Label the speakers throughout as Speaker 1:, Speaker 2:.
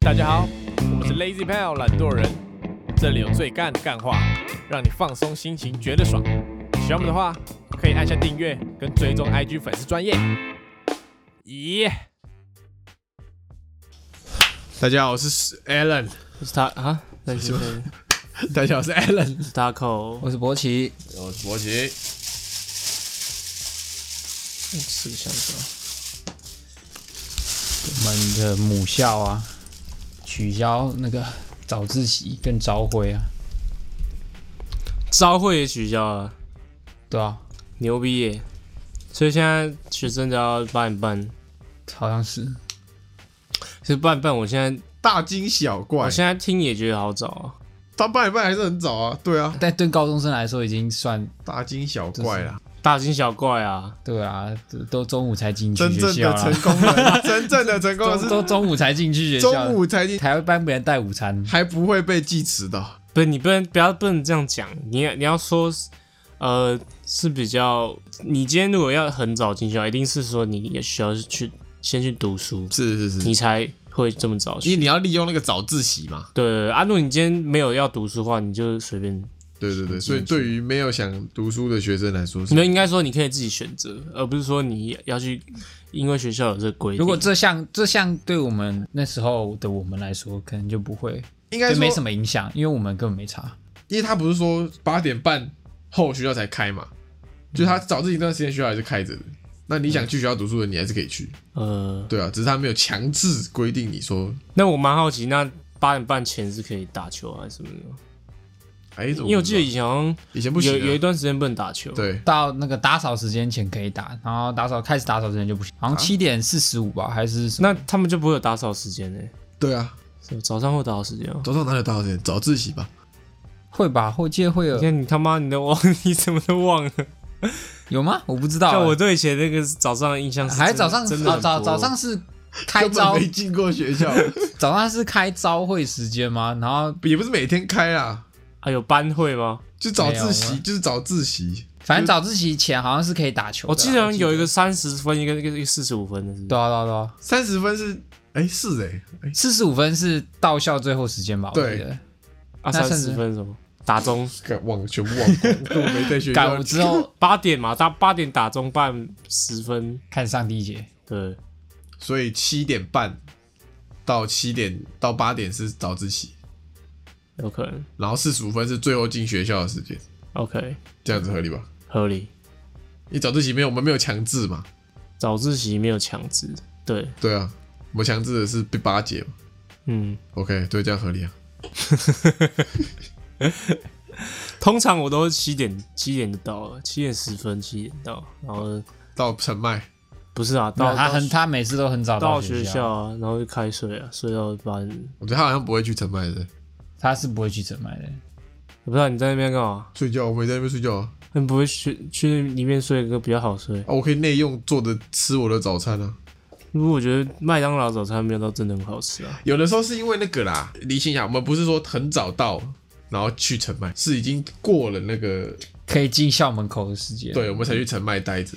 Speaker 1: 大家好，我们是 Lazy Pal 懒惰人，这里有最干的干话，让你放松心情，觉得爽。喜欢我们的话，可以按下订阅跟追踪 IG 粉丝专业。咦、
Speaker 2: 大家好，我是 Alan。
Speaker 3: 是他啊，对是谁？
Speaker 2: 大家好，我是 Alan。
Speaker 3: 是 Taco，
Speaker 4: 我是博奇，
Speaker 2: 我是博奇。
Speaker 4: 吃香蕉。
Speaker 5: 我们的母校啊，取消那个早自习跟早会啊，
Speaker 3: 招会也取消了，
Speaker 5: 对啊，
Speaker 3: 牛逼耶！所以现在学生只要八点半，
Speaker 5: 好像是
Speaker 3: 其实八点半我现在
Speaker 4: 哎
Speaker 2: 大惊小怪
Speaker 3: 我，现在听也觉得好早啊，
Speaker 2: 他八点半还是很早啊。对啊，
Speaker 5: 但对高中生来说已经算
Speaker 2: 大惊小怪啦。
Speaker 3: 大惊小怪啊，
Speaker 5: 对啊，都都中午才进去
Speaker 2: 真
Speaker 5: 学
Speaker 2: 正
Speaker 5: 校
Speaker 2: 的
Speaker 5: 啊，
Speaker 2: 成功人，真正的成功人
Speaker 5: 都都
Speaker 2: 是
Speaker 5: 中午才进去学校啊，
Speaker 2: 中午才进，
Speaker 5: 台湾班没人带 午餐，
Speaker 2: 还不会被记迟到。
Speaker 3: 不是你不能不要不能这样讲，你你要说是，呃，是比较你今天如果要很早进校，一定是说你也需要去先去读书，
Speaker 4: 嗯
Speaker 2: 是是是
Speaker 3: 你，才会这么早
Speaker 2: 因
Speaker 3: 去。
Speaker 2: 为你要利用那个早自习嘛。
Speaker 3: 对对，对啊，如果你今天没有要读书的话，你就随便
Speaker 2: 对对对，所以对于没有想读书的学生来说，
Speaker 3: 没有，应该说你可以自己选择，而不是说你要去，因为学校有这个规定。
Speaker 5: 如果这项这项对我们那时候的我们来说，可能就不会，
Speaker 2: 应该
Speaker 5: 就没什
Speaker 2: 么，
Speaker 5: 么影响，因为我们根本没差。
Speaker 2: 因为他不是说八点半后学校才开嘛，就他早自习那段时间学校还是开着的。那你想去学校读书的，你还是可以去。
Speaker 3: 呃，
Speaker 2: 对啊，只是他没有强制规定你说，
Speaker 3: 那我蛮好奇，那八点半前是可以打球啊还是什么的？
Speaker 2: 哎，怎么
Speaker 3: 因为我记得
Speaker 2: 不知
Speaker 3: 以前好像
Speaker 2: 道以前不行
Speaker 3: 有
Speaker 2: 啊，
Speaker 3: 有一段时间不能打球。，
Speaker 2: 对，
Speaker 5: 到那个打扫时间前可以打，然后打扫开始打扫之前就不行，
Speaker 2: 啊
Speaker 5: 好像七点四十五吧，还是什么？
Speaker 3: 那他们就不会有打扫时间呢、
Speaker 2: 对啊，
Speaker 3: 是吧早上会有打扫时间哦。
Speaker 2: 早上哪有大扫间？早自习吧。
Speaker 5: 会吧，会记得会有
Speaker 3: 你看你他妈你都忘， 你怎么都忘了？
Speaker 5: 有吗？我不知道欸、
Speaker 3: 像我对以前那个早上的印象是真的，
Speaker 5: 还早上
Speaker 3: 真的
Speaker 5: 啊
Speaker 3: 很
Speaker 5: 早
Speaker 3: 薄
Speaker 5: 早上是开
Speaker 2: 根本
Speaker 5: 招，
Speaker 2: 没进过学 校，
Speaker 5: 早上是开招会时间吗？然后
Speaker 2: 也不是每天开啦，
Speaker 3: 啊有班会吗？
Speaker 2: 就早自
Speaker 5: 没有
Speaker 2: 习，
Speaker 5: 啊
Speaker 2: 就是早自习。
Speaker 5: 反正早自习前好像是可以打球的啊。
Speaker 3: 我记得好像有一个三十分，一个一个四十五分的是不是
Speaker 5: 对啊对啊对啊，
Speaker 2: 三十分是，哎，是哎，哎，
Speaker 5: 四十五分是到校最后时间吧？我
Speaker 2: 对
Speaker 5: 记得。
Speaker 3: 啊，
Speaker 5: 那
Speaker 3: 三
Speaker 5: 甚至
Speaker 3: 十分什么打钟。
Speaker 2: 干忘全部忘光，根本没在学
Speaker 5: 干
Speaker 2: 校
Speaker 5: 我。之后
Speaker 3: 八点嘛，打八点打中半十分，
Speaker 5: 看上第一节，
Speaker 3: 对，
Speaker 2: 所以七点半到七点到八点是早自习，
Speaker 3: 有可能
Speaker 2: 然后四十五分是最后进学校的时间，
Speaker 3: ，OK，
Speaker 2: 这样子合理吧？
Speaker 3: 合理。
Speaker 2: 你早自习没有，我们没有强制嘛？
Speaker 3: 早自习没有强制，对，
Speaker 2: 对啊，我们强制的是被巴结嘛。
Speaker 3: 嗯，
Speaker 2: OK，对，这样合理啊。
Speaker 3: 通常我都七点七点就到了，七点十分七点到，然后
Speaker 2: 到澄迈，
Speaker 3: 不是啊，
Speaker 5: 没
Speaker 3: 到
Speaker 5: 有他
Speaker 3: 到
Speaker 5: 很他每次都很早
Speaker 3: 到学
Speaker 5: 学
Speaker 3: 校，啊，然后就开睡啊，睡到八点，
Speaker 2: 我觉得他好像不会去澄迈的。
Speaker 5: 他是不会去整麦的。
Speaker 3: 我不知道你在那边干嘛？
Speaker 2: 睡觉，我没在那边睡觉啊，
Speaker 3: 你不会去去里面睡个比较好睡？
Speaker 2: 啊我可以内用坐着吃我的早餐啊。
Speaker 3: 因为我觉得麦当劳早餐没有到真的很好吃啊，
Speaker 2: 有的时候是因为那个啦，理性一下，我们不是说很早到，然后去澄迈，是已经过了那个，
Speaker 5: 可以进校门口的时间，
Speaker 2: 对，我们啊才去澄迈待着，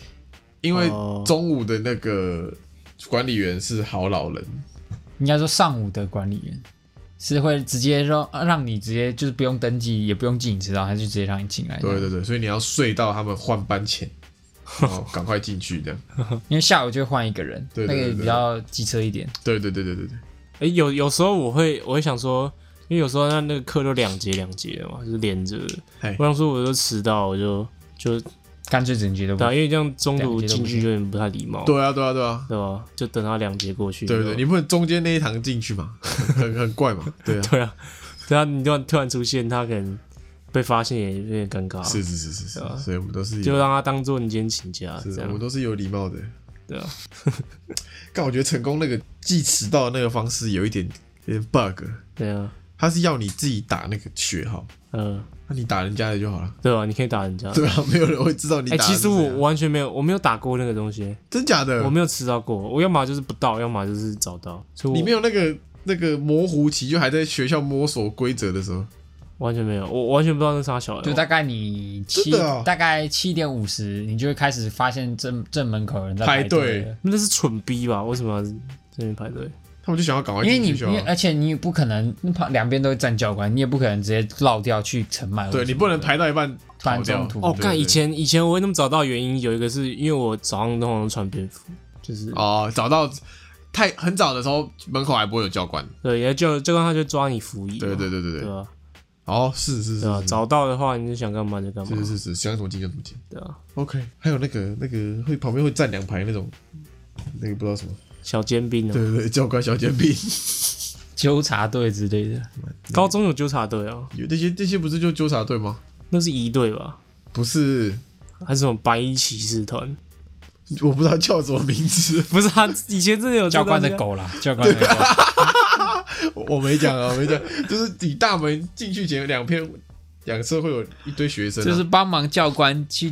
Speaker 2: 因为
Speaker 3: 哦
Speaker 2: 中午的那个管理员是好老人，
Speaker 5: 应该说上午的管理员是会直接让让你直接就是不用登记，也不用进你迟到，他就直接让你进来。
Speaker 2: 对，对对，所以你要睡到他们换班 前，然后赶快进去这样，
Speaker 5: 因为下午就会换一个人，
Speaker 2: 对对对
Speaker 5: 那个
Speaker 2: 对
Speaker 5: 比较机车一点。
Speaker 2: 对对对对对对，
Speaker 3: 诶、有有时候我会我会想说，因为有时候那那个课都两节两节的嘛，就是连着的。
Speaker 2: 嘿
Speaker 3: 我想说我都迟到，我就就
Speaker 5: 干脆整节都不
Speaker 3: 对、啊，因为这样中途
Speaker 5: 两节都
Speaker 3: 进
Speaker 5: 不
Speaker 3: 去有点不太礼貌，
Speaker 2: 对啊对啊对啊，
Speaker 3: 对吧？就等他两节过去，
Speaker 2: 对对，你
Speaker 3: 吧
Speaker 2: 不能中间那一堂进去嘛，很很怪嘛， 对啊，
Speaker 3: 对啊，对啊，你突然突然出现，他可能被发现也有点尴尬，
Speaker 2: 是是是是是，所以我们都是
Speaker 3: 就
Speaker 2: 有，
Speaker 3: 让他当做你今天请假
Speaker 2: 是
Speaker 3: 啊
Speaker 2: 啊
Speaker 3: 这
Speaker 2: 我们
Speaker 3: 样，
Speaker 2: 都是有礼貌的。
Speaker 3: 对 啊，
Speaker 2: 但我觉得成功那个记迟到的那个方式有一点有点 bug，
Speaker 3: 对啊，
Speaker 2: 他是要你自己打那个学号，
Speaker 3: 呃，
Speaker 2: 那你打人家的就好了。
Speaker 3: 对啊，你可以打人家。
Speaker 2: 对啊， 没有人会知道你
Speaker 3: 哎、
Speaker 2: 打的
Speaker 3: 其
Speaker 2: 是
Speaker 3: 实
Speaker 2: 谁啊。
Speaker 3: 我我完全没有，我没有打过那个东西，
Speaker 2: 真假的，
Speaker 3: 我没有迟到过，我要么就是不到，要么就是早到，所以我
Speaker 2: 你没有那个那个模糊期，就还在学校摸索规则的时候。
Speaker 3: 完全没有，我我完全不知道那是啥小的，
Speaker 5: 就大概你七、
Speaker 2: 真的哦
Speaker 5: 大概七点五十，你就会开始发现正正门口有人在
Speaker 2: 排
Speaker 5: 队
Speaker 2: 队
Speaker 5: 了。
Speaker 3: 那是蠢逼吧？为什么要在那边排队？
Speaker 2: 他他们就想要赶快
Speaker 5: 因为
Speaker 2: 进
Speaker 5: 你
Speaker 2: 学校啊、
Speaker 5: 因
Speaker 3: 哎
Speaker 5: 为而且你也不可能旁两边都站教官，你也不可能直接绕掉去城迈或者
Speaker 2: 对
Speaker 5: 什么
Speaker 2: 你
Speaker 5: 的。
Speaker 2: 不能排到一半
Speaker 5: 翻
Speaker 2: 跑掉
Speaker 5: 中。途。
Speaker 3: 哦，
Speaker 2: 对
Speaker 3: 干
Speaker 2: 对
Speaker 3: 以前以前我会那么早到，原因有一个是因为我早上通常都穿便服，就是
Speaker 2: 哦，找到太很早的时候，门口还不会有教官。
Speaker 3: 对，然后就就让他就抓你服役嘛，
Speaker 2: 对对对对对。
Speaker 3: 对啊
Speaker 2: 哦，是是是
Speaker 3: 对啊，
Speaker 2: 是
Speaker 3: 早到的话你就想干嘛就干嘛
Speaker 2: 是，是是，想怎么进就怎么进。
Speaker 3: 对啊，
Speaker 2: OK，还有那个那个会旁边会站两排那种，那个不知道什么。
Speaker 3: 小尖兵啊，
Speaker 2: 对对对，教官小尖兵，
Speaker 5: 纠察队之类的，
Speaker 3: 高中有纠察队啊，
Speaker 2: 有那些那些不是就纠察队吗？
Speaker 3: 那是一队吧，
Speaker 2: 不是，
Speaker 3: 还是什么白衣骑士团？
Speaker 2: 我不知道叫什么名字，
Speaker 3: 不是啊，以前真的有这
Speaker 5: 教官的
Speaker 3: 东西啊，
Speaker 5: 狗啦，教官的
Speaker 2: 啊
Speaker 5: 狗，
Speaker 2: 我我没讲啊，我没讲，就是你大门进去前两片两侧会有一堆学生啊、
Speaker 5: 就是帮忙教官去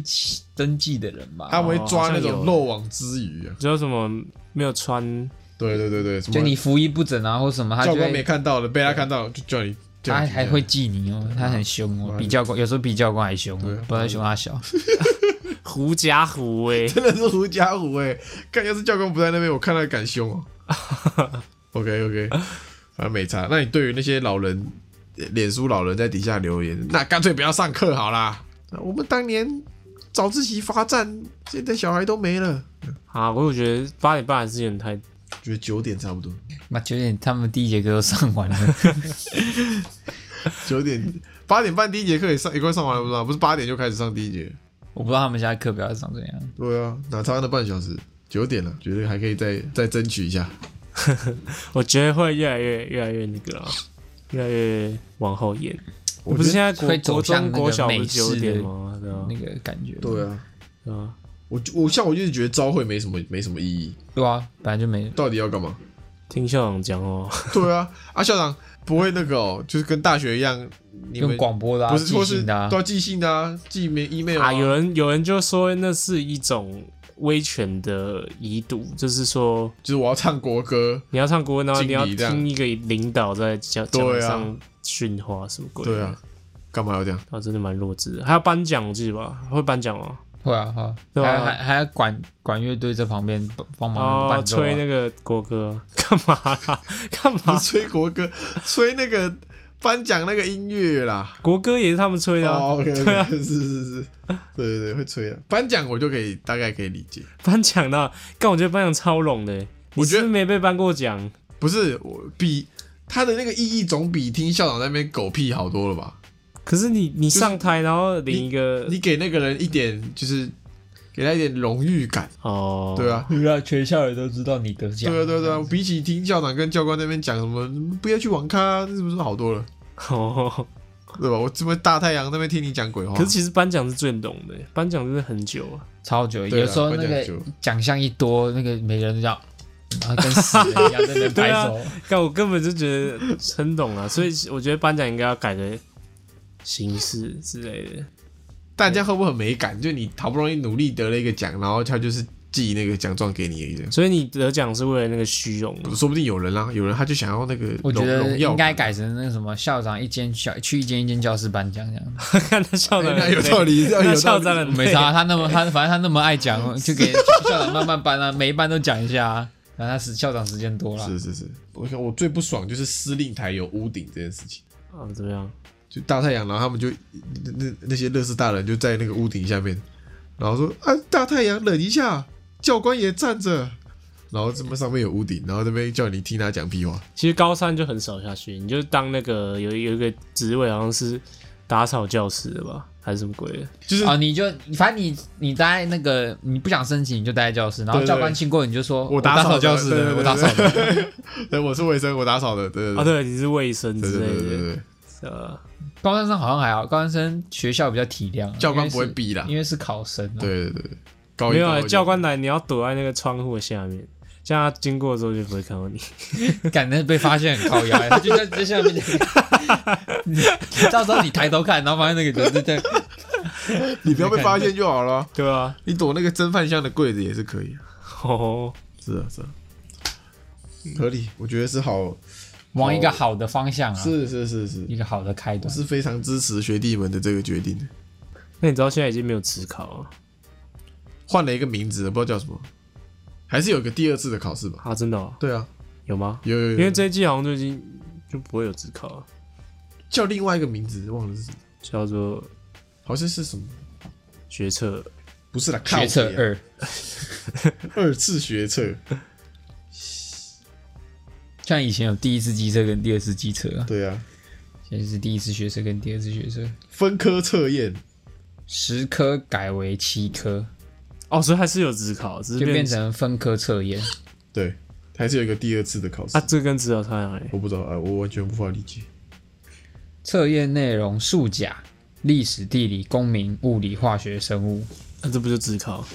Speaker 5: 登记的人吧。
Speaker 2: 他们会抓那
Speaker 3: 哦好像有
Speaker 2: 种漏网之鱼啊。
Speaker 3: 只有什么没有穿
Speaker 2: 对对对对，什么
Speaker 5: 就你服役不整啊，或什么，他
Speaker 2: 教
Speaker 5: 就
Speaker 2: 官没
Speaker 5: 会
Speaker 2: 看到的，被他看到就叫你，叫你啊
Speaker 5: 他
Speaker 2: 停下
Speaker 5: 还
Speaker 2: 来
Speaker 5: 会记你哦，他很凶哦，
Speaker 2: 对
Speaker 5: 比教官有时候比教官还凶哦，
Speaker 2: 对
Speaker 5: 不知道凶 他小。
Speaker 3: 狐假虎威，
Speaker 2: 真的是狐假虎威、看要是教官不在那边，我看他敢凶哦、OK OK，反 正没差。那你对于那些老人，脸书老人在底下留言，那干脆不要上课好啦。那我们当年早自习罚站，现在小孩都没了，
Speaker 3: 啊，我有觉得八点半还是有点太
Speaker 2: 觉得九点差不多，
Speaker 5: 妈，九点他们第一节课都上完了，
Speaker 2: 九点八点半第一节课也上也快上完了，不是吗？不是八点就开始上第一节？
Speaker 5: 我不知道他们现在课表是长怎样。
Speaker 2: 对啊，哪差那半小时？九点了，觉得还可以再再争取一下。
Speaker 3: 我觉得会越来越越来越那个啦，越来越往后延。
Speaker 2: 我
Speaker 3: 不是
Speaker 2: 觉
Speaker 3: 现在国
Speaker 5: 会
Speaker 3: 国
Speaker 5: 走向
Speaker 3: 中
Speaker 5: 那个
Speaker 3: 国小不
Speaker 5: 美
Speaker 3: 是
Speaker 5: 式的
Speaker 3: 九点吗？对啊
Speaker 5: 那，个感觉，
Speaker 2: 得对啊，
Speaker 3: 对啊，
Speaker 2: 我就我像我就是觉得招会没什么没什么意义，
Speaker 5: 对啊，本来就没
Speaker 2: 到底要干嘛？
Speaker 3: 听校长讲哦，
Speaker 2: 对啊，啊校长不会那个哦，就是跟大学一样，你
Speaker 5: 用
Speaker 2: 们
Speaker 5: 广播的啊，
Speaker 2: 不是
Speaker 5: 即
Speaker 2: 或是
Speaker 5: 兴的啊
Speaker 2: 都，要寄信的啊，寄 mail- email
Speaker 3: 啊，有人有人就说那是一种威权的遗毒，就是说
Speaker 2: 就是我要唱国歌，
Speaker 3: 你要唱国文，然后
Speaker 2: 敬
Speaker 3: 你
Speaker 2: 礼
Speaker 3: 要
Speaker 2: 这样
Speaker 3: 听一个领导在讲讲
Speaker 2: 对啊
Speaker 3: 上训话什么鬼？
Speaker 2: 对啊，，干嘛要这样？
Speaker 3: 啊，真的蛮弱智的。还要颁奖，我记得吧？会颁奖吗？
Speaker 5: 会啊会啊，
Speaker 3: 对啊
Speaker 5: 还还还要管管乐队这旁边帮帮忙
Speaker 3: 哦，
Speaker 5: 伴奏啊
Speaker 3: 吹那个国歌， 干嘛啦？干
Speaker 2: 不
Speaker 3: 嘛啊
Speaker 2: 是？吹国歌，吹那个颁奖那个音乐啦。
Speaker 3: 国歌也是他们吹的啊，
Speaker 2: 哦，OK，
Speaker 3: 对啊
Speaker 2: OK，是是是，对对对，会吹啊。颁奖我就可以大概可以理解，
Speaker 3: 颁奖的，但我觉得颁奖超拢的欸。
Speaker 2: 我觉得
Speaker 3: 你是不是没被颁过奖，
Speaker 2: 不是我比他的那个意义总比听校长在那边狗屁好多了吧？
Speaker 3: 可是你你上台然后领一个
Speaker 2: 你给那个人一点就是给他一点荣誉感，
Speaker 3: 哦，
Speaker 2: 对啊，，
Speaker 5: 你让全校人都知道你得奖。
Speaker 2: 对啊，对啊，对啊，比起听校长跟教官那边讲什么不要去网咖，是不是好多了？
Speaker 3: 哦，
Speaker 2: 对吧？我这么大太阳那边听你讲鬼话
Speaker 3: 可，是其实颁奖是最懂的欸，颁奖真的很久啊，
Speaker 5: 超久，
Speaker 2: 对啊
Speaker 5: 有时候那
Speaker 2: 颁
Speaker 5: 个
Speaker 2: 奖就
Speaker 5: 奖项一多，那个每个人都叫，然后跟死人一样 在那边
Speaker 3: 对
Speaker 5: 拍
Speaker 3: 啊
Speaker 5: 手。
Speaker 3: 但我根本就觉得很懂啊，所以我觉得颁奖应该要改个形式之类的。
Speaker 2: 大家会不会很没感？就你好不容易努力得了一个奖，然后他就是寄那个奖状给你而已这样，
Speaker 3: 所以你得奖是为了那个虚荣啊嘛，
Speaker 2: 说不定有人啊啦、有人他就想要那个
Speaker 5: 我觉
Speaker 2: 荣
Speaker 5: 得
Speaker 2: 荣耀
Speaker 5: 应该
Speaker 2: 感，
Speaker 5: 改成那个什么校长一间校去一间一间教室颁奖这样。
Speaker 3: 看他校长
Speaker 2: 哎
Speaker 3: 很
Speaker 2: 那有
Speaker 3: 累
Speaker 2: 道， 理，有道
Speaker 3: 那
Speaker 2: 理。
Speaker 3: 校长很
Speaker 5: 没啊
Speaker 3: 累
Speaker 5: 啥，他那么他反正他那么爱讲，就给校长慢慢颁啊，每一班都讲一下啊。然后他时校长时间多了，啊
Speaker 2: 是是是，我想我最不爽就是司令台有屋顶这件事情。
Speaker 3: 啊，怎么样？
Speaker 2: 就大太阳，然后他们就那那那些乐事大人就在那个屋顶下面，然后说啊大太阳忍一下，教官也站着，然后这么上面有屋顶，然后这边叫你听他讲屁话，
Speaker 3: 其实高三就很少下去，你就当那个有有一个职位好像是打扫教室的吧，还是什么鬼的？
Speaker 2: 就是
Speaker 5: 啊，你就反正你你待那个你不想申请，你就待在教室，然后
Speaker 2: 对对
Speaker 5: 教官经过你就说
Speaker 2: 我打
Speaker 5: 打
Speaker 2: 扫
Speaker 5: 扫
Speaker 2: 的
Speaker 5: 教室
Speaker 2: 对对
Speaker 5: 的，
Speaker 2: 对
Speaker 5: 我打扫的。
Speaker 2: 对我是卫生，我打扫的，对
Speaker 3: 啊，
Speaker 2: 对
Speaker 3: 对，
Speaker 2: 对
Speaker 3: 你是卫生
Speaker 2: 对
Speaker 3: 之
Speaker 2: 对对对
Speaker 3: 类
Speaker 2: 对，
Speaker 3: 的，呃，
Speaker 5: 高三生好像还好，高三生学校比较体谅啊，
Speaker 2: 教官
Speaker 5: 因为是
Speaker 2: 不会逼啦，
Speaker 5: 因为是考生、啊。，
Speaker 2: 对对对对，高一
Speaker 3: 没有
Speaker 2: 高
Speaker 3: 啊，
Speaker 2: 二就
Speaker 3: 教官来你要躲在那个窗户下面，这样他经过的时候就不会看到你。
Speaker 5: 感觉被发现很高 压，他就在在下面。你到时候你抬头看，然后发现那个人就在
Speaker 2: 你不要被发现就好了，
Speaker 3: 对啊，
Speaker 2: 你躲那个蒸饭箱的柜子也是可以，
Speaker 3: 哦，
Speaker 2: 是啊是啊，合理，我觉得是好，
Speaker 5: 往一个好的方向啊，
Speaker 2: 是是是是，
Speaker 5: 一个好的开
Speaker 2: 我
Speaker 5: 端。
Speaker 2: 是非常支持学弟们的这个决定的。
Speaker 3: 那你知道现在已经没有职考了
Speaker 2: 换了一个名字，不知道叫什么，还是有个第二次的考试吧？
Speaker 3: 啊？真的、哦？
Speaker 2: 对啊，
Speaker 3: 有吗？
Speaker 2: 有有有，
Speaker 3: 因为这一季好像最近就不会有自考了，
Speaker 2: 叫另外一个名字，忘了是什么，
Speaker 3: 叫做
Speaker 2: 好像是什么，
Speaker 3: 学测。
Speaker 2: 不是啦，靠
Speaker 5: 决策
Speaker 2: 北啊
Speaker 5: 二，
Speaker 2: 二次学测，
Speaker 5: 像以前有第一次机车跟第二次机车啊，
Speaker 2: 对啊，
Speaker 5: 现在是第一次学车跟第二次学车，
Speaker 2: 分科测验，
Speaker 5: 十科改为七科，
Speaker 3: 哦，所以还是有自考，只是
Speaker 5: 就变
Speaker 3: 成
Speaker 5: 成分科测验。
Speaker 2: 对，还是有一个第二次的考试
Speaker 3: 啊，，这跟自考差在哪里？
Speaker 2: 我不知道，啊，我完全无法理解。
Speaker 5: 测验内容数甲、历史、地理、公民、物理、化学、生物，
Speaker 3: 那、这不就自考？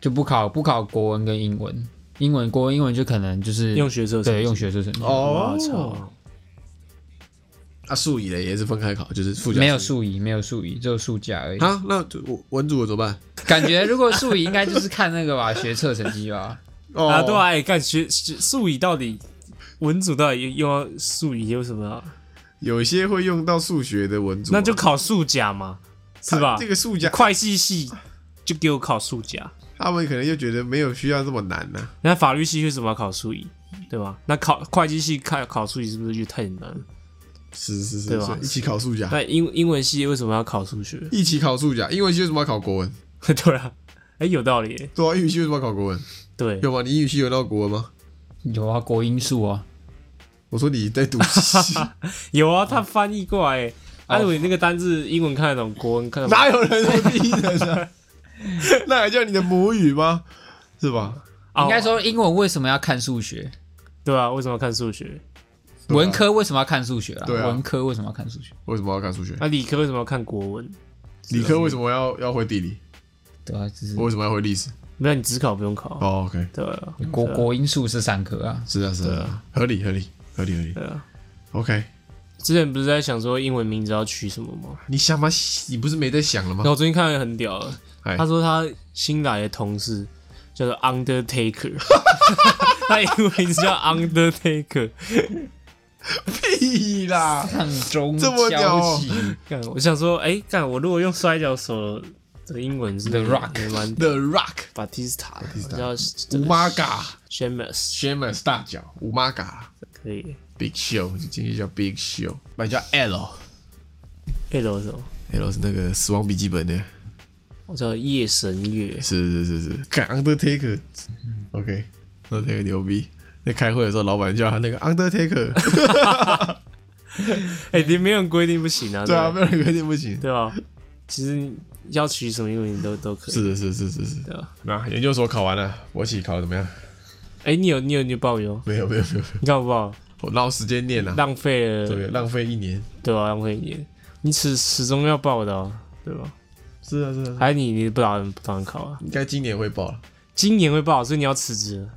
Speaker 5: 就不考不考国文跟英文，英文国文英文就可能就是
Speaker 3: 用学测成绩
Speaker 5: 对用学术成
Speaker 2: 哦
Speaker 5: 绩，
Speaker 3: 我哦操！
Speaker 2: 啊，数乙嘞也是分开考，就是附加
Speaker 5: 没有数乙，没有数乙，只有数甲而已。
Speaker 2: 啊，那就我文组的怎么办？
Speaker 5: 感觉如果数乙应该就是看那个吧，学测成绩吧。
Speaker 2: 哦
Speaker 3: 啊，对啊，哎、干学学数乙到底文组到底又要数乙有什么啊？
Speaker 2: 有一些会用到数学的文组啊，
Speaker 3: 那就考数甲嘛，是吧？
Speaker 2: 这个数甲，
Speaker 3: 会计系就给我考数甲，
Speaker 2: 他们可能就觉得没有需要这么难啊呐、
Speaker 3: 那法律系为什么要考数乙？对吧？那考会计系看考数乙是不是就太难了？
Speaker 2: 是是
Speaker 3: 对
Speaker 2: 是，
Speaker 3: 吧
Speaker 2: 所以一起考数甲，
Speaker 3: 那英英文系为什么要考数学？
Speaker 2: 一起考数甲，英文系为什么要考国文？
Speaker 3: 对啊，哎、有道理耶，
Speaker 2: 对啊，英语系为什么要考国文？
Speaker 3: 对，
Speaker 2: 有吗？你英语系有到国文吗？
Speaker 5: 有啊，国英数啊，
Speaker 2: 我说你在读 戏，
Speaker 3: 有啊，他翻译过来耶。
Speaker 5: 哦
Speaker 3: 啊，如果你那个单字英文看得懂，国文看得懂，
Speaker 2: 哪有人说第一人啊？ 那还叫你的母语吗？是 吧？
Speaker 3: 哦
Speaker 5: 应该说英文为什么要看数学？
Speaker 3: 对啊，为什么要看数学？
Speaker 2: 对啊
Speaker 5: 文科为什么要看数学啊？
Speaker 2: 对啊
Speaker 5: 文科为什么要看数学？
Speaker 2: 为什么要看数学？
Speaker 3: 那、理科为什么要看国文？
Speaker 2: 理科为什么要要会地理？
Speaker 5: 对啊，就是
Speaker 2: 我为什么要会历史？
Speaker 3: 没有，你只考不用考。
Speaker 2: 哦，OK，
Speaker 3: 对啊，
Speaker 5: 国
Speaker 3: 对啊
Speaker 5: 国英数是三科啊，
Speaker 2: 是啊是啊，合理合理合理合理
Speaker 3: 对啊。
Speaker 2: ，OK。
Speaker 3: 之前不是在想说英文名字要取什么吗？
Speaker 2: 你想吗？你不是没在想了
Speaker 3: 然后
Speaker 2: 吗？
Speaker 3: 我最近看了很屌了，
Speaker 2: 哎
Speaker 3: 他说他新来的同事叫做 Undertaker，他英文名字叫 Undertaker。
Speaker 2: 屁啦！
Speaker 5: 上中
Speaker 2: 这么屌
Speaker 5: 交
Speaker 2: 哦
Speaker 5: 集
Speaker 3: 干，我想说，哎、干，我如果用摔跤手的英文是
Speaker 5: The Rock
Speaker 3: 也蛮
Speaker 2: The Rock、
Speaker 3: Batista，叫
Speaker 2: 乌玛嘎、
Speaker 3: Shemus，
Speaker 2: Shamus 大脚、乌玛嘎、
Speaker 3: 可以
Speaker 2: Big Show，就今天叫 Big Show，那你叫 L。哦
Speaker 3: L 什么？
Speaker 2: L 是那个《死亡笔记本》的，
Speaker 3: 我叫夜神月，
Speaker 2: 是是是是，看 Undertaker，OK，Undertaker、牛逼。在开会的时候，老板叫他那个 Undertaker，
Speaker 3: 哎、你没有人规定不行啊，
Speaker 2: 对啊，
Speaker 3: 吧
Speaker 2: 没有人规定不行。
Speaker 3: 对吧？其实要取什么英文你都都可以，
Speaker 2: 是的，是是是是。
Speaker 3: 对啊。
Speaker 2: 那研究所考完了，博起考的怎么样？
Speaker 3: 哎、你有你有你有报名吗？
Speaker 2: 没有没有没有，没有
Speaker 3: 你看好不好？
Speaker 2: 我浪时间念了，啊
Speaker 3: 浪费了，
Speaker 2: 对，浪费一年。
Speaker 3: 对吧、浪费一年，你始始终要报的、啊，对吧？
Speaker 2: 是啊是啊，
Speaker 3: 还是你你不打算不打算考啊？
Speaker 2: 应该今年会报了，
Speaker 3: 今年会报，所以你要辞职了。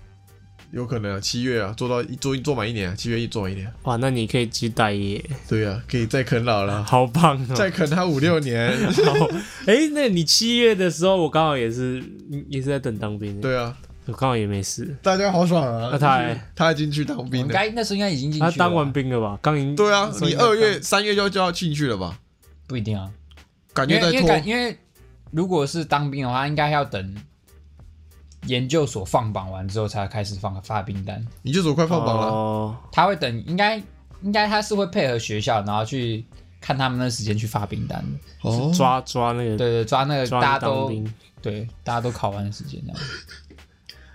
Speaker 2: 有可能啊，七月啊，做到一做做满一年啊，七月一做满一年啊。
Speaker 3: 哇，那你可以继续待业，
Speaker 2: 对啊，可以再啃老 了，
Speaker 3: 好棒哦！
Speaker 2: 再啃他五六年。
Speaker 3: 好，哎、那你七月的时候，我刚好也是也是在等当兵，，
Speaker 2: 对啊，
Speaker 3: 我刚好也没事。
Speaker 2: 大家好爽
Speaker 3: 那
Speaker 2: 啊！
Speaker 3: 他还
Speaker 2: 他已经去当
Speaker 5: 应
Speaker 2: 兵了。
Speaker 5: 该那时候应该已经进去了
Speaker 3: 他
Speaker 5: 吧，
Speaker 3: 当完兵了吧？刚赢，
Speaker 2: 对啊，
Speaker 3: 所以
Speaker 2: 你二月、三月就要就要进去了吧？
Speaker 5: 不一定啊，
Speaker 2: 感
Speaker 5: 因
Speaker 2: 觉在
Speaker 5: 为因为感
Speaker 2: 拖。
Speaker 5: 因为如果是当兵的话，应该要等研究所放榜完之后才开始放发兵单。
Speaker 2: 你就走快放榜了，
Speaker 3: 哦，
Speaker 5: 他会等，应该应该他是会配合学校，然后去看他们那时间去发兵单的。
Speaker 2: 哦，
Speaker 3: 抓抓那个
Speaker 5: 对对，抓那个
Speaker 3: 抓
Speaker 5: 大家
Speaker 3: 那个
Speaker 5: 都
Speaker 3: 当兵，
Speaker 5: 对大家都考完的时间这样。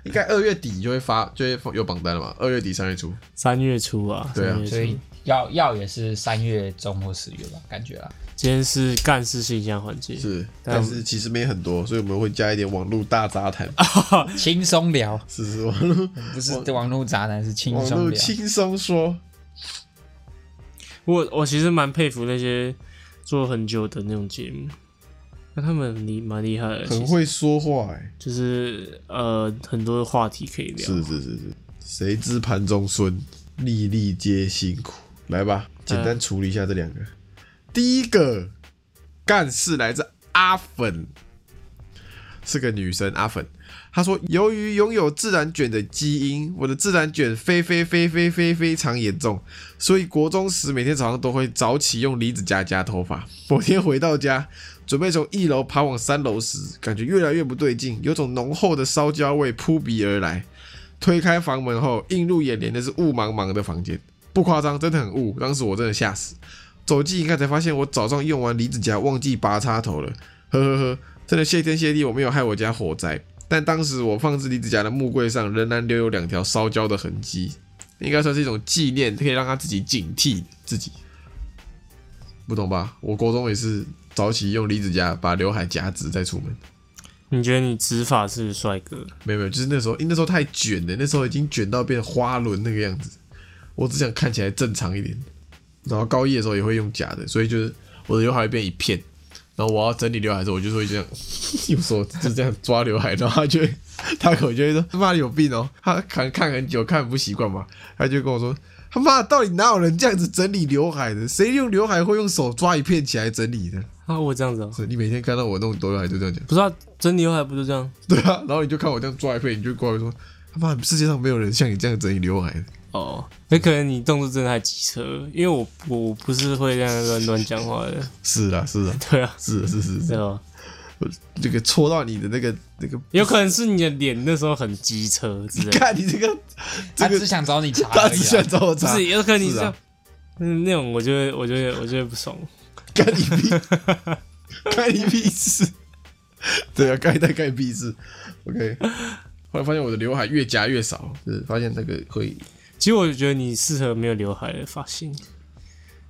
Speaker 2: 应该二月底就会发，就会放有榜单了吧？二月底、三月初，
Speaker 3: 三月初啊，
Speaker 2: 对啊
Speaker 3: 三月初
Speaker 5: 所以要要也是三月中或十月吧，感觉 啦。
Speaker 3: 今天是干事信箱环节，
Speaker 2: 是，
Speaker 3: 但
Speaker 2: 但是其实没很多，所以我们会加一点网络大杂谈，
Speaker 3: 啊
Speaker 5: 轻松聊，
Speaker 2: 是是网络
Speaker 5: 不是网络渣男，是轻
Speaker 2: 网
Speaker 5: 松
Speaker 2: 络
Speaker 3: 啊
Speaker 5: 聊。
Speaker 2: 轻松说。
Speaker 3: 我我其实蛮佩服那些做很久的那种节目，那他们厉蛮厉害的，其
Speaker 2: 很
Speaker 3: 实
Speaker 2: 会说话哎、
Speaker 3: 就是呃很多话题可以聊。
Speaker 2: 是是是是，谁知盘中餐，粒粒皆辛苦。来吧，简单处理一下这两个。第一个干事来自阿粉，是个女生阿粉。她说：“由于拥有自然卷的基因，我的自然卷非非非非非非常严重，所以国中时每天早上都会早起用离子夹夹头发。 某天回到家，准备从一楼爬往三楼时，感觉越来越不对劲，有种浓厚的烧焦味扑鼻而来。推开房门后，映入眼帘的是雾茫茫的房间，不夸张，真的很雾。当时我真的吓死，走近一看才发现我早上用完离子夹忘记拔插头了，呵呵呵，真的谢天谢地我没有害我家火灾。但当时我放置离子夹的木柜上仍然留有两条烧焦的痕迹，应该算是一种纪念，可以让他自己警惕自己。不懂吧？我国中也是早起用离子夹把刘海夹直再出门。
Speaker 3: 你觉得你直发是帅哥？
Speaker 2: 没有没有，就是那时候，因为那时候太卷了，那时候已经卷到变花轮那个样子。我只想看起来正常一点。然后高一的时候也会用假的，所以就是我的刘海会变一片。然后我要整理刘海的时候，我就会这样， 用手就这样抓刘海，然后他就会他可能就会说：“他妈你有病哦！”他可能看很久，看很不习惯嘛，他就跟我说：“他妈到底哪有人这样子整理刘海的？谁用刘海会用手抓一片起来整理的？”
Speaker 3: 啊，我这样子哦、
Speaker 2: 所以你每天看到我弄刘海就这样讲。
Speaker 3: 不是啊，真刘海不就这样？
Speaker 2: 对啊，然后你就看我这样抓一片，你就过来说：“他妈，世界上没有人像你这样整理刘海的。
Speaker 3: 哦，那可能你动作真的太机车了，因为我我不是会这样乱乱讲话的，”
Speaker 2: 是啊，是啊，
Speaker 3: 对啊，
Speaker 2: 是啊是是是，
Speaker 3: 对吧？
Speaker 2: 这个戳到你的那个那个，
Speaker 3: 有可能是你的脸那时候很机车之 类的，
Speaker 2: 看你这个这
Speaker 5: 他
Speaker 2: 个
Speaker 5: 只，想找你查
Speaker 2: 他
Speaker 5: 而
Speaker 2: 只
Speaker 5: 已啊
Speaker 2: 想。找我
Speaker 3: 不
Speaker 2: 查，
Speaker 3: 是，有可能你
Speaker 2: 是
Speaker 3: 这
Speaker 2: 啊
Speaker 3: 样，嗯，那种我就会我就会我就会不爽。
Speaker 2: 干你屁，干你屁事。对啊，干一代干你屁事。OK，后来发现我的刘海越夹越少，就是发现那个会
Speaker 3: 其实我觉得你适合没有刘海的发型，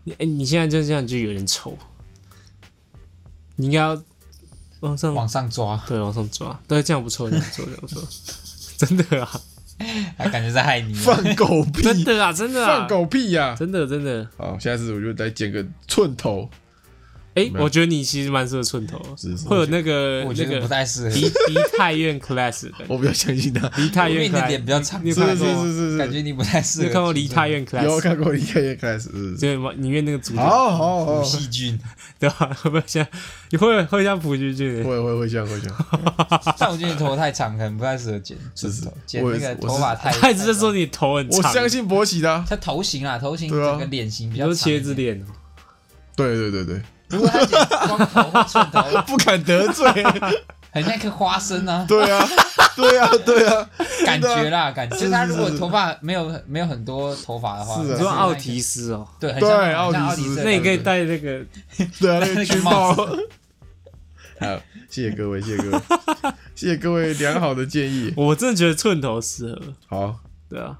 Speaker 3: 你哎、你现在就这样就有点丑，你应该要往上
Speaker 5: 往上抓，
Speaker 3: 对往上抓，对，这样不错，这样不错，这样不错， 真的啊，
Speaker 5: 他感觉在害你啊。
Speaker 2: 放狗 屁，
Speaker 3: 真的啊，真的啊
Speaker 2: 放，狗屁呀、
Speaker 3: 真的真的，
Speaker 2: 好，下次我就来剪个寸头，
Speaker 3: 哎、
Speaker 2: 没有
Speaker 3: 我觉得你其实蛮适合寸头的，
Speaker 2: 是是
Speaker 3: 会有那个呃
Speaker 5: 我
Speaker 3: 那
Speaker 5: 觉得不
Speaker 3: 个
Speaker 5: 太适合。
Speaker 3: 梨梨泰院 class 的，
Speaker 2: 我比较相信他。
Speaker 3: 梨泰
Speaker 5: 因为
Speaker 3: 院
Speaker 5: 你的脸
Speaker 3: class，
Speaker 5: 比较长，
Speaker 3: 你有
Speaker 2: 是
Speaker 3: 看
Speaker 2: 是
Speaker 3: 过
Speaker 2: 是
Speaker 3: 吗？
Speaker 2: 是
Speaker 5: 感
Speaker 2: 是，
Speaker 5: 觉你不太适
Speaker 3: 你
Speaker 5: 合。
Speaker 3: 有看过梨泰院
Speaker 2: 有
Speaker 3: class？
Speaker 2: 看过《离开也开始》是是
Speaker 3: 就是里面那个主角，
Speaker 2: 好好好，
Speaker 5: 细菌，
Speaker 3: 对吧？会不会像，你会不会会像朴叙俊？
Speaker 2: 会会会这样会这样。
Speaker 5: 但我觉得你头太长，可能不太适合剪。
Speaker 2: 是是
Speaker 5: 寸头剪
Speaker 2: 我
Speaker 5: 那
Speaker 2: 也
Speaker 5: 个
Speaker 2: 是我
Speaker 5: 头发太。
Speaker 3: 他一直在说你头很
Speaker 2: 我
Speaker 3: 长，
Speaker 2: 相信博喜的啊，
Speaker 5: 他头型啊，头型
Speaker 2: 对啊
Speaker 5: 整个脸型比
Speaker 3: 你
Speaker 5: 较
Speaker 3: 说
Speaker 5: 长。
Speaker 3: 茄子。脸哦，
Speaker 2: 对对对对，
Speaker 5: 如果他剪光头或寸头，
Speaker 2: 不敢得罪，
Speaker 5: 很像一颗花生啊，
Speaker 2: 对啊，对啊， 对啊，
Speaker 5: 感
Speaker 2: 的啊
Speaker 5: 觉啦，感觉。就是他
Speaker 2: 是
Speaker 5: 如
Speaker 2: 是
Speaker 5: 果
Speaker 2: 是
Speaker 5: 头发没有没有很多头发的话，
Speaker 2: 是啊
Speaker 5: 就
Speaker 3: 你
Speaker 5: 是
Speaker 3: 说
Speaker 5: 像
Speaker 3: 奥
Speaker 5: 一个
Speaker 3: 提，斯哦，
Speaker 5: 对，很
Speaker 2: 对啊
Speaker 5: 像很像
Speaker 2: 奥提
Speaker 5: 奥
Speaker 2: 斯
Speaker 5: 提斯。
Speaker 3: 那你可以戴那个，
Speaker 2: 对啊，那个
Speaker 5: 那个
Speaker 2: 军帽
Speaker 5: 帽。
Speaker 2: 好，谢谢各位，谢谢各 位，谢谢各位良好的建议。
Speaker 3: 我真的觉得寸头适合，
Speaker 2: 好，
Speaker 3: 对啊，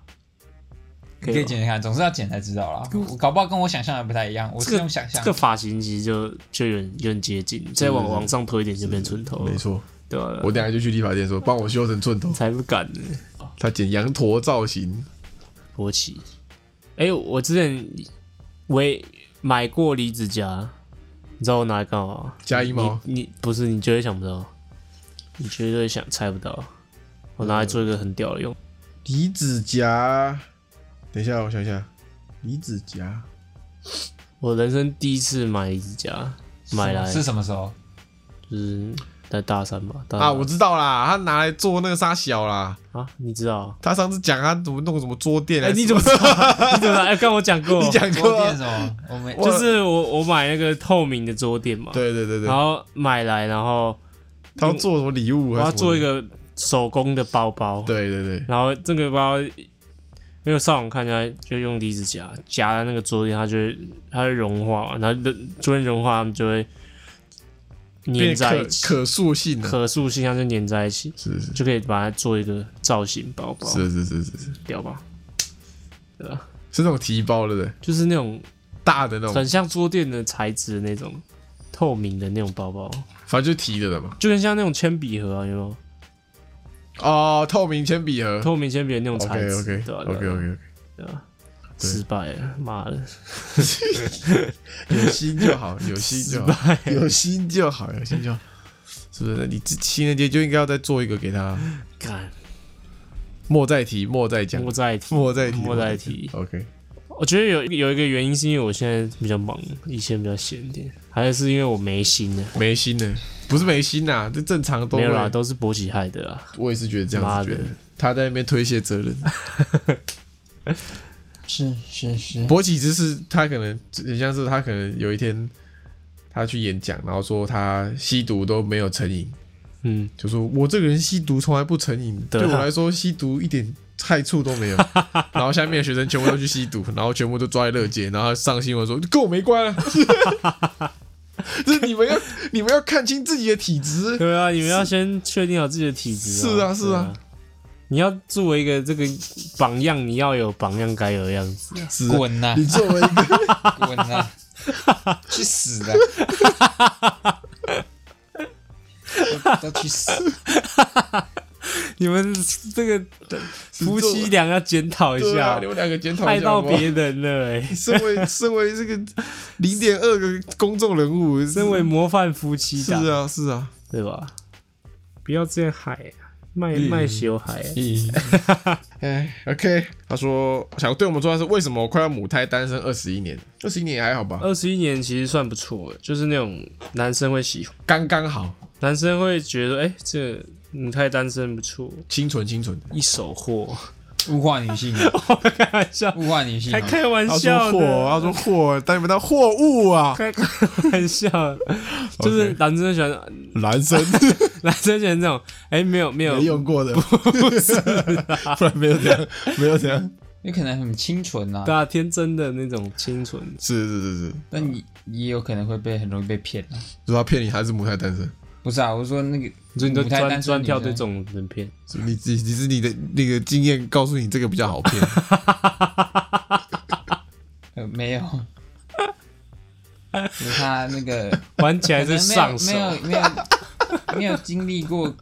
Speaker 5: 你可以
Speaker 3: 吧
Speaker 5: 剪剪看，总是要剪才知道啦。我搞不好跟我想象的不太一样，我是用想象
Speaker 3: 这个。发型其实就就有点有点接近，再往往上坡一点就变寸头了
Speaker 2: 嗯没，错，
Speaker 3: 对吧？
Speaker 2: 我等下就去理发店说，帮我修成寸头。
Speaker 3: 才不敢呢，
Speaker 2: 他剪羊驼造型，
Speaker 3: 勃起。哎，我之前我也买过离子夹，你知道我拿来干嘛？
Speaker 2: 加一毛
Speaker 3: 你你不是你绝对想不到，你绝对想猜不到，我拿来做一个很屌的用。
Speaker 2: 离子夹。等一下，我想一下，离子夹，
Speaker 3: 我人生第一次买离子夹，买来
Speaker 5: 是什么时候？
Speaker 3: 就是在大三吧。大
Speaker 2: 啊，
Speaker 3: 三
Speaker 2: 我知道啦，他拿来做那个沙小啦。
Speaker 3: 啊，你知道？
Speaker 2: 他上次讲他怎么弄什么桌垫、啊，
Speaker 3: 哎、你怎么知道？ 你怎么知道？哎、跟我讲过，
Speaker 2: 你讲
Speaker 5: 昨
Speaker 2: 过、
Speaker 5: 天
Speaker 2: 啊？
Speaker 5: 什么？我们
Speaker 2: 我
Speaker 3: 就是我我买那个透明的桌垫嘛，，
Speaker 2: 对对对对
Speaker 3: 然，后买来，然后
Speaker 2: 他要做什么礼物？
Speaker 3: 我要做一。个手工的包包，，
Speaker 2: 对对对，
Speaker 3: 然后这个包因为上网看起来就用离子夹夹在那个桌垫，它就会它会融化嘛，然后桌垫融化，它们就会粘
Speaker 2: 变
Speaker 3: 在
Speaker 2: 可
Speaker 3: 一起，
Speaker 2: 可塑性的、啊，
Speaker 3: 可塑性它就粘在一起，
Speaker 2: 是是
Speaker 3: 就可以把它做一个造型包包，
Speaker 2: 是是是是是，
Speaker 3: 屌吧？对吧？
Speaker 2: 是那种提包的，对不对
Speaker 3: 就是那种
Speaker 2: 大的那种
Speaker 3: 很，像桌垫的材质的那种透明的那种包包，
Speaker 2: 反正就提着的嘛。
Speaker 3: 就跟像那种铅笔盒啊，有没有？
Speaker 2: 哦，透明铅笔盒。哦
Speaker 3: 透明铅笔的那种
Speaker 2: OK
Speaker 3: 材质
Speaker 2: OK
Speaker 3: 对吧、啊
Speaker 2: OK
Speaker 3: 对吧
Speaker 2: OK，
Speaker 3: 对吧、
Speaker 2: 对
Speaker 3: 失败了，妈的，
Speaker 2: 有心 就好，有心
Speaker 3: 失
Speaker 2: 就好，
Speaker 3: 败了，
Speaker 2: 有心就好，有心就好，是不是？你这情人节就应该要再做一个给他，
Speaker 3: 看
Speaker 2: 莫再提，莫再讲，
Speaker 3: 莫再提，
Speaker 2: 莫再提，
Speaker 3: 莫再提。
Speaker 2: OK，
Speaker 3: 我觉得有有一个原因是因为我现在比较忙，以前比较闲一点，还有是因为我没心了，
Speaker 2: 没心的，不是没心呐，这正常都
Speaker 3: 没有
Speaker 2: 会
Speaker 3: 啦，都是勃起害的啦。
Speaker 2: 我也是觉得这样
Speaker 3: 妈
Speaker 2: 子
Speaker 3: 的
Speaker 2: 觉得，他在那边推卸责任。
Speaker 5: 是是是，
Speaker 2: 勃起只是他可能很像是他可能有一天他去演讲，然后说他吸毒都没有成瘾，
Speaker 3: 嗯，
Speaker 2: 就说我这个人吸毒从来不成瘾，
Speaker 3: 对
Speaker 2: 对
Speaker 3: 啊
Speaker 2: 我来说吸毒一点害处都 没有。然后下面的学生全部都去吸毒，然后全部都抓在乐界，然后上新闻说跟我没关啊。 就是你们要你们要看清自己的体质，
Speaker 3: 对啊，你们要先确定好自己的体质、
Speaker 2: 是啊是啊
Speaker 3: 对你要作为一个这个榜样，你要有榜样该有的样子。
Speaker 2: 是
Speaker 5: 滚
Speaker 3: 啊
Speaker 5: 呐、
Speaker 2: 你 作为一个
Speaker 5: 滚呐、去死 的！都都去死！
Speaker 3: 你们这个夫妻俩要检讨一
Speaker 2: 对啊
Speaker 3: 下，
Speaker 2: 你，们两个检讨
Speaker 3: 害
Speaker 2: 一下好
Speaker 3: 到
Speaker 2: 不好
Speaker 3: 别人了哎、
Speaker 2: 身为身为这个零点二个公众人物，
Speaker 3: 身为模范夫妻
Speaker 2: 是
Speaker 3: 档，
Speaker 2: 啊是啊，
Speaker 3: 对吧？不要这样害、啊，卖卖小孩、啊。
Speaker 2: 哎，OK，他说想对我们说的是为什么我快要母胎单身二十一年，二十一年也还好吧，
Speaker 3: 二十一年其实算不错了，就是那种男生会喜欢，
Speaker 2: 刚刚好，
Speaker 3: 男生会觉得哎、这母胎单身不错，
Speaker 2: 清纯清纯。
Speaker 3: 一手货。
Speaker 5: 物化女性啊，
Speaker 3: 开玩 笑，
Speaker 5: 物化女性
Speaker 3: 还
Speaker 5: 啊，
Speaker 3: 开玩
Speaker 2: 他
Speaker 3: 笑
Speaker 2: 说货，
Speaker 3: 的，
Speaker 2: 啊他说货，但你们当货物啊，
Speaker 3: 开开玩 笑，就是男生喜欢
Speaker 2: 男生
Speaker 3: 男生喜欢这种，哎，没有没有
Speaker 2: 没，用过的， 不然没有这样，没有这样，
Speaker 5: 有可能很清纯啊
Speaker 3: 对，啊，天真的那种清纯，
Speaker 2: 是是是是，
Speaker 5: 但你也有可能会被很容易被骗啊。
Speaker 2: 说他骗你还是母胎单身，
Speaker 5: 不是啊，我是说那个
Speaker 3: 你说你都
Speaker 5: 母胎单
Speaker 3: 专
Speaker 5: 身
Speaker 3: 专挑
Speaker 5: 女生
Speaker 3: 这种人片，
Speaker 2: 是你只只是你的那个经验告诉你这个比较好骗，
Speaker 5: 呃没有，就是他那 个
Speaker 3: 玩起来
Speaker 5: 可
Speaker 3: 是上
Speaker 5: 能
Speaker 3: 手
Speaker 5: 没，有没有没有没有经历过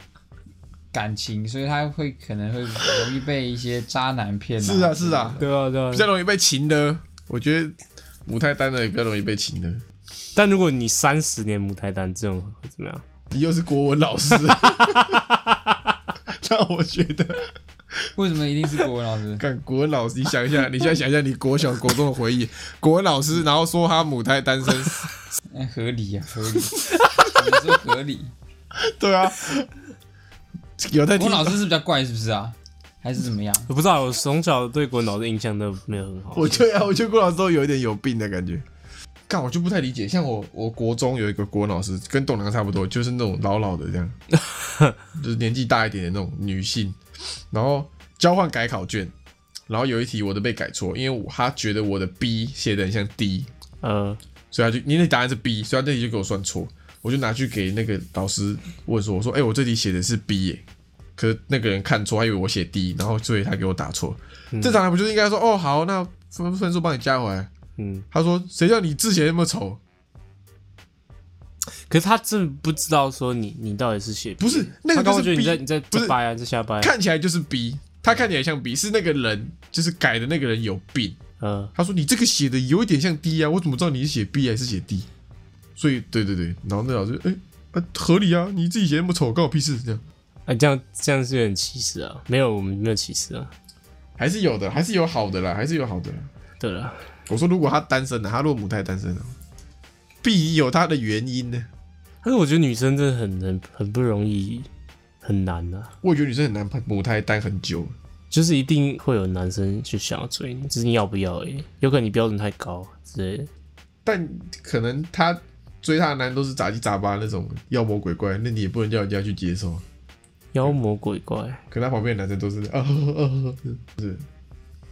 Speaker 5: 感情，所以他会可能会容易被一些渣男骗、
Speaker 2: 是啊是啊，
Speaker 3: 对啊对啊
Speaker 2: 比。较容易被擒的，我觉得母胎单的也比较容易被擒的，
Speaker 3: 但如果你三十年母胎单，这种会怎么样？
Speaker 2: 你又是国文老 师，让我觉得。
Speaker 5: 为什么一定是国文老 师？
Speaker 2: 看国文老师，你想一下， 你现在想一下你国小、国中的回忆，国文老师，然后说他母胎单身，
Speaker 5: 哎，合理啊，合理，怎么说合理？
Speaker 2: 对啊， 有在
Speaker 5: 国
Speaker 2: 听
Speaker 5: 文。老师是比较怪，是不是啊？还是怎么样？
Speaker 3: 我不知道，我从小对国脑的印象都没有很好。
Speaker 2: 我觉得、啊，我觉得国文老师都有一点有病的感觉。干，我就不太理解。像我，我国中有一个国文老师，跟栋梁差不多，就是那种老老的这样， 就是年纪大一点的那种女性。然后交换改考卷，然后有一题我的被改错，因为我他觉得我的 B 写的很像 D，
Speaker 3: 呃，
Speaker 2: 所以他就因为答案是 B，所以他那题就给我算错，我就拿去给那个老师问说，我说，哎、我这题写的是 B 耶、可是那个人看错，他以为我写 D，然后所以他给我打错。正常人不就是应该说，哦，好，那分分数帮你加回来？
Speaker 3: 嗯，
Speaker 2: 他说，谁叫你字写那么丑？
Speaker 3: 可是他真的不知道说你你到底是写
Speaker 2: 不是那
Speaker 3: 他
Speaker 2: 个
Speaker 3: 刚
Speaker 2: 就
Speaker 3: 刚觉得
Speaker 2: 是
Speaker 3: 你
Speaker 2: B，
Speaker 3: 在你在
Speaker 2: 不是
Speaker 3: 在掰啊，你在瞎掰啊。
Speaker 2: 看起来就是 B，他看起来像 B，是那个人就是改的那个人有病。
Speaker 3: 呃，
Speaker 2: 他说你这个写的有一点像 D 啊，我怎么知道你是写 B 还是写 D？所以对对对，然后那老师，哎、啊合理啊，你自己写那么丑，关我屁事这样。
Speaker 3: 哎，这样这样是有点歧视啊。没有，我们没有歧视啊。
Speaker 2: 还是有的，还是有好的啦，还是有好的啦。
Speaker 3: 对了，
Speaker 2: 我说，如果他单身的，他如果母胎单身的，必有他的原因呢。
Speaker 3: 但是我觉得女生真的很很很不容易，很难呐、啊，
Speaker 2: 我觉得女生很难母胎单很久，
Speaker 3: 就是一定会有男生去想要追你，只是你要不要而已。有可能你标准太高之类的。
Speaker 2: 但可能他追他的男都是杂七杂八那种妖魔鬼怪，那你也不能叫人家去接受。
Speaker 3: 妖魔鬼怪，
Speaker 2: 可他旁边的男生都是啊呵呵呵呵，不是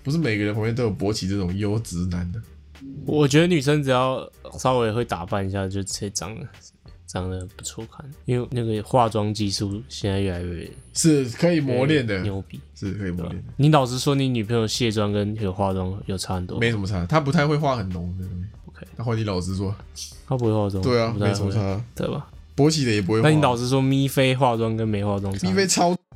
Speaker 2: 不是每个人旁边都有勃起这种优质男的。
Speaker 3: 我觉得女生只要稍微会打扮一下，就直接长得长得不错看，因为那个化妆技术现在越来越
Speaker 2: 是可以磨练的，
Speaker 3: 牛逼。
Speaker 2: 是可以磨练的，
Speaker 3: 你老实说，你女朋友卸妆跟有化妆有差很多。
Speaker 2: 没什么差。他不太会画很浓的东西。
Speaker 3: OK
Speaker 2: 那换你老师说，
Speaker 3: 她不会化妆，
Speaker 2: 对啊，
Speaker 3: 不太
Speaker 2: 没什么
Speaker 3: 会
Speaker 2: 差，
Speaker 3: 对吧？
Speaker 2: 勃起的也不会画。
Speaker 3: 那你老实说，咪菲化妆跟没化妆差，
Speaker 2: 因为超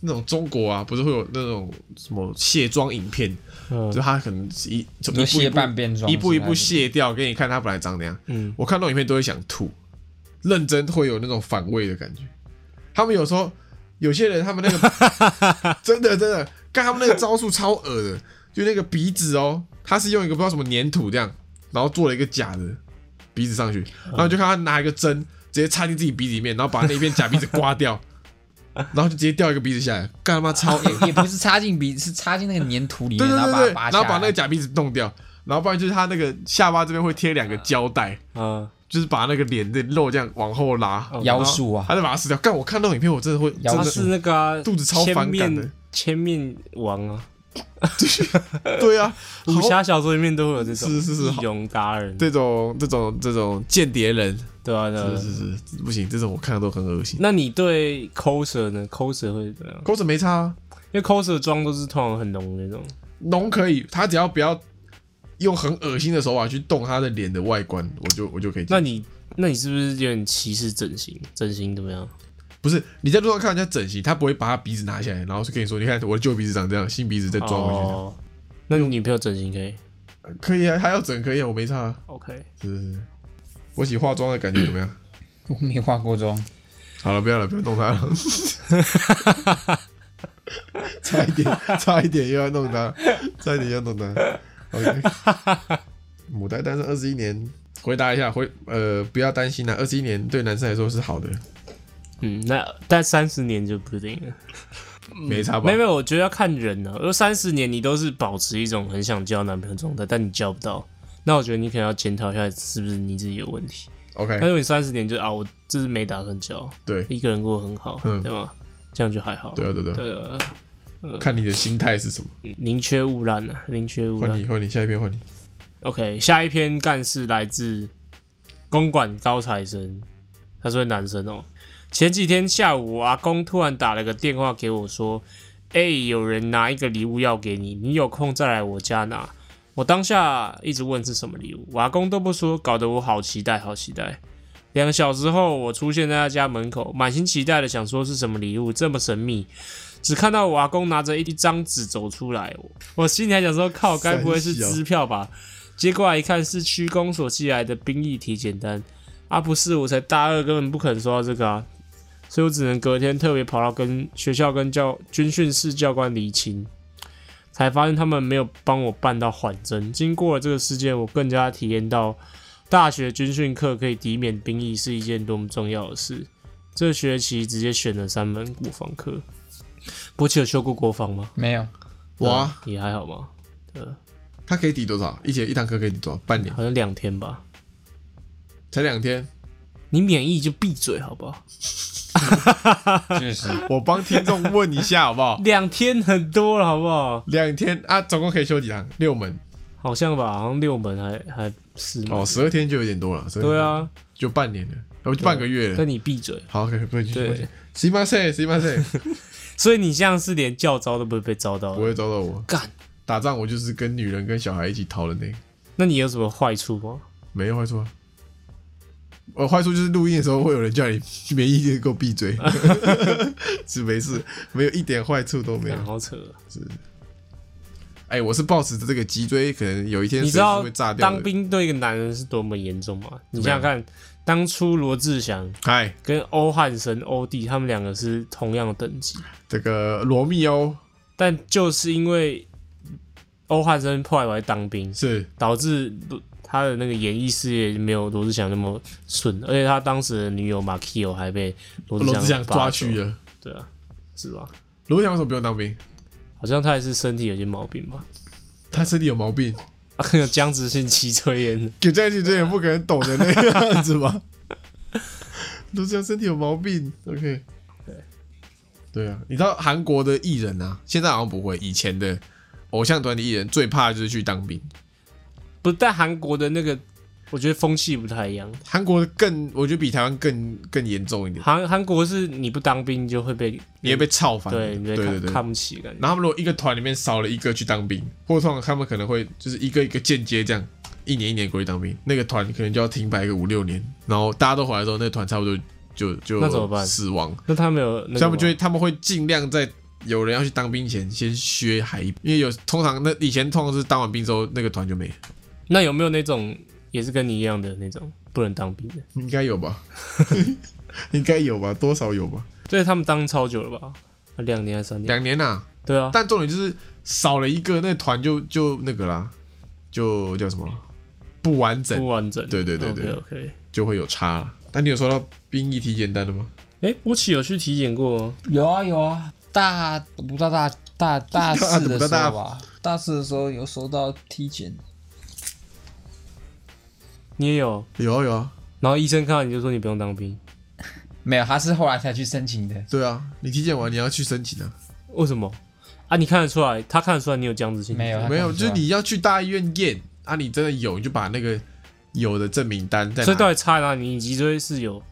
Speaker 2: 那种中国啊，不是会有那种什么卸妆影片，
Speaker 3: 嗯
Speaker 2: 就他可能是一怎
Speaker 5: 你
Speaker 2: 么一步
Speaker 5: 说
Speaker 2: 一
Speaker 5: 卸
Speaker 2: 步
Speaker 5: 半变装，
Speaker 2: 一步一步卸掉，给你看他本来长怎样。
Speaker 3: 嗯，
Speaker 2: 我看到影片都会想吐，认真会有那种反胃的感觉。他们有时候有些人，他们那个 真的真的，看他们那个招数超恶的，就那个鼻子哦，他是用一个不知道什么粘土这样，然后做了一个假的鼻子上去，然后你就看他拿一个针直接插进自己鼻子里面，然后把那一片假鼻子刮 掉，然后就直接掉一个鼻子下来，干他妈超硬。
Speaker 5: 也不是插进鼻，是插进那个粘土里
Speaker 2: 对
Speaker 5: 面，
Speaker 2: 对
Speaker 5: 然后
Speaker 2: 对对，
Speaker 5: 把它拔
Speaker 2: 然
Speaker 5: 下来，
Speaker 2: 后把那个假鼻子弄掉，然后不然就是他那个下巴这边会贴两个胶带，
Speaker 3: 嗯，
Speaker 2: 就是把那个脸的肉这样往后拉，
Speaker 3: 哦
Speaker 5: 妖术啊，
Speaker 2: 他就把它撕掉。干，我看那种影片，我真的会，
Speaker 5: 妖
Speaker 2: 真
Speaker 3: 他
Speaker 2: 的
Speaker 3: 是那个啊
Speaker 2: 肚子超
Speaker 3: 千
Speaker 2: 反感的
Speaker 3: 面千面王啊，
Speaker 2: 对啊，
Speaker 3: 武
Speaker 2: 好
Speaker 3: 侠小说里面都会有这种
Speaker 2: 是是是
Speaker 3: 易容达人，
Speaker 2: 这种这种这种间谍人，呃
Speaker 3: 对啊，对啊
Speaker 2: 是是是，不行，这种我看的都很恶心。
Speaker 3: 那你对 coser 呢？coser 会怎么样？
Speaker 2: 口水没差、啊，
Speaker 3: 因为 coser 妆都是通常很浓的那种，
Speaker 2: 浓可以，他只要不要用很恶心的手法去动他的脸的外观，我就我就可以接受。
Speaker 3: 那你那你是不是有点歧视整形？整形怎么样？
Speaker 2: 不是你在路上看人家整形，他不会把他鼻子拿下来，然后就跟你说，你看我的旧鼻子长这样，新鼻子再装回去。
Speaker 3: 哦，那你女朋友整形可以
Speaker 2: 可以啊，他要整可以啊，我没差、啊。
Speaker 3: ？OK，
Speaker 2: 是是是，我洗化妆的感觉怎么样？
Speaker 5: 我没化过妆，
Speaker 2: 好了，不要了，不要弄他了。 差一点，差一点又要弄他，差一点又要弄他。OK，母胎单身二十一年，回答一下，回呃，不要担心啦、二十一年对男生来说是好的，
Speaker 3: 嗯，那但三十年就不一定了。
Speaker 2: 没差吧？
Speaker 3: 嗯没有没有，我觉得要看人呢、啊。如果三十年你都是保持一种很想交男朋友的状态，但你交不到，那我觉得你可能要检讨一下是不是你自己有问题。
Speaker 2: OK，
Speaker 3: 但是你三十年就啊，我就是没打算交，
Speaker 2: 对
Speaker 3: 一个人过得很好，
Speaker 2: 嗯
Speaker 3: 对吗？这样就还好。
Speaker 2: 对啊对啊对
Speaker 3: 对啊，
Speaker 2: 啊，看你的心态是什么。
Speaker 3: 宁缺毋滥啊，宁缺毋
Speaker 2: 换
Speaker 3: 滥
Speaker 2: 你，。换你，下一篇换你。
Speaker 3: OK，下一篇干事来自公馆高材生，他是位男生哦。前几天下午，我阿公突然打了个电话给我，说：“哎、有人拿一个礼物要给你，你有空再来我家拿。”我当下一直问是什么礼物，我阿公都不说，搞得我好期待，好期待。两个小时后，我出现在他家门口，满心期待的想说是什么礼物，这么神秘。只看到我阿公拿着一张纸走出来，我我心里还想说，靠，该不会是
Speaker 2: 三小
Speaker 3: 支票吧？结果啊来一看是区公所寄来的兵役体检单，啊不是，我才大二，根本不可能收到这个啊，所以我只能隔天特别跑到跟学校跟教军训室教官厘清，才发现他们没有帮我办到缓征。经过了这个事件，我更加体验到大学军训课可以抵免兵役是一件多么重要的事。这学期直接选了三门国防课，波奇有修过国防吗？
Speaker 5: 没有，
Speaker 2: 哇，
Speaker 3: 也还好吗？
Speaker 2: 他可以抵多少？一节一堂课可以抵多少？半年
Speaker 3: 好像两天吧。
Speaker 2: 才两天。
Speaker 3: 你免疫就闭嘴好不好？？
Speaker 5: 就是
Speaker 2: 我帮听众问一下好不好
Speaker 3: 两天很多了，好不好？
Speaker 2: 两天啊，总共可以修几堂？六门
Speaker 3: 好像吧，好像六门还还四门。
Speaker 2: 哦，十二天就有点多了。12天
Speaker 3: 对，啊，
Speaker 2: 就半年了，哦，就半个月了
Speaker 3: 但。你闭嘴。
Speaker 2: 好，可以不会去。
Speaker 3: 对，
Speaker 2: 行吧，谁行 吧，谁
Speaker 3: 所以你这样是连教招都不会被招到
Speaker 2: 不
Speaker 3: 的。
Speaker 2: 会找到我。
Speaker 3: 干，
Speaker 2: 打仗我就是跟女人跟小孩一起逃的那个，
Speaker 3: 那你有什么坏处吗？
Speaker 2: 没有坏处啊。呃，坏处就是录音的时候会有人叫你没意见，给我 闭嘴，是没事，没有一点坏处都没有
Speaker 3: 干。好扯哦。
Speaker 2: 哎、我是抱持着这个脊椎，可能有一天
Speaker 3: 你
Speaker 2: 随
Speaker 3: 知
Speaker 2: 时
Speaker 3: 道
Speaker 2: 会炸掉的。
Speaker 3: 当兵对一个男人是多么严重吗？你
Speaker 2: 么样
Speaker 3: 想想看，当初罗志祥
Speaker 2: 嗨，
Speaker 3: 跟欧汉神欧弟他们两个是同样的等级，
Speaker 2: 这个罗密欧
Speaker 3: 但就是因为欧汉生后来我还当兵，
Speaker 2: 是
Speaker 3: 导致罗他的那个演艺事业没有罗志祥那么顺，而且他当时的女友马 k i o 还被罗
Speaker 2: 罗志
Speaker 3: 祥
Speaker 2: 祥抓
Speaker 3: 拔走
Speaker 2: 去，了。
Speaker 3: 对啊，是吧？
Speaker 2: 罗志祥为什么不用当兵？
Speaker 3: 好像他也是身体有些毛病吧，
Speaker 2: 他身体有毛病，
Speaker 3: 啊，有僵直性脊椎炎。
Speaker 2: 给在一起这也不可能抖的那个样子吧？ 都这样身体有毛病。OK，对对啊，你知道韩国的艺人啊，现在好像不会，以前的偶像团体艺人最怕就是去当兵。
Speaker 3: 不，但韩国的那个，我觉得风气不太一样。
Speaker 2: 韩国的更，我觉得比台湾更更严重一点，
Speaker 3: 韩韩国是你不当兵就会被，
Speaker 2: 你会被操烦。
Speaker 3: 对，你
Speaker 2: 对
Speaker 3: 会看
Speaker 2: 对对。
Speaker 3: 看不起感觉。
Speaker 2: 然后他们如果一个团里面少了一个去当兵，或者通常他们可能会就是一个一个间接这样，一年一年过去当兵，那个团可能就要停摆个五六年，然后大家都回来之后，那个团差不多就就
Speaker 3: 那怎么办
Speaker 2: 死亡。
Speaker 3: 那他们有那个吗，
Speaker 2: 所以他们就会他们会尽量在有人要去当兵前先削海，因为有通常那以前通常是当完兵之后那个团就没了，
Speaker 3: 那有没有那种也是跟你一样的那种不能当兵的？
Speaker 2: 应该有吧？ 应该有吧？多少有吧？
Speaker 3: 对他们当超久了吧？两年还是三年？
Speaker 2: 两年呐、
Speaker 3: 对啊，
Speaker 2: 但重点就是少了一个，那团就就那个啦，就叫什么不完整
Speaker 3: 不，完整。
Speaker 2: 对对对对
Speaker 3: OK，
Speaker 2: 就会有差啦。那你有收到兵役体检单了吗？
Speaker 3: 哎、波奇有去体检过哦，
Speaker 4: 有啊有啊，
Speaker 5: 大不到大大大四的
Speaker 2: 大
Speaker 5: 时
Speaker 2: 大
Speaker 5: 候啊吧，
Speaker 4: 大四的时候有收到体检，
Speaker 3: 你也有。
Speaker 2: 有啊有啊，
Speaker 3: 然后医生看到你就说你不用当兵，
Speaker 5: 没有，他是后来才去申请的。
Speaker 2: 对啊，你体检完你要去申请啊，
Speaker 3: 为什么？啊，你看得出来，他看得出来你有这样子性，
Speaker 5: 没有，他
Speaker 2: 没有，
Speaker 5: 看
Speaker 2: 就
Speaker 5: 不出
Speaker 2: 是
Speaker 5: 来
Speaker 2: 你要去大医院验啊，你真的有你就把那个有的证明单在
Speaker 3: 所以
Speaker 2: 拿
Speaker 3: 到底差哪里？你脊椎是有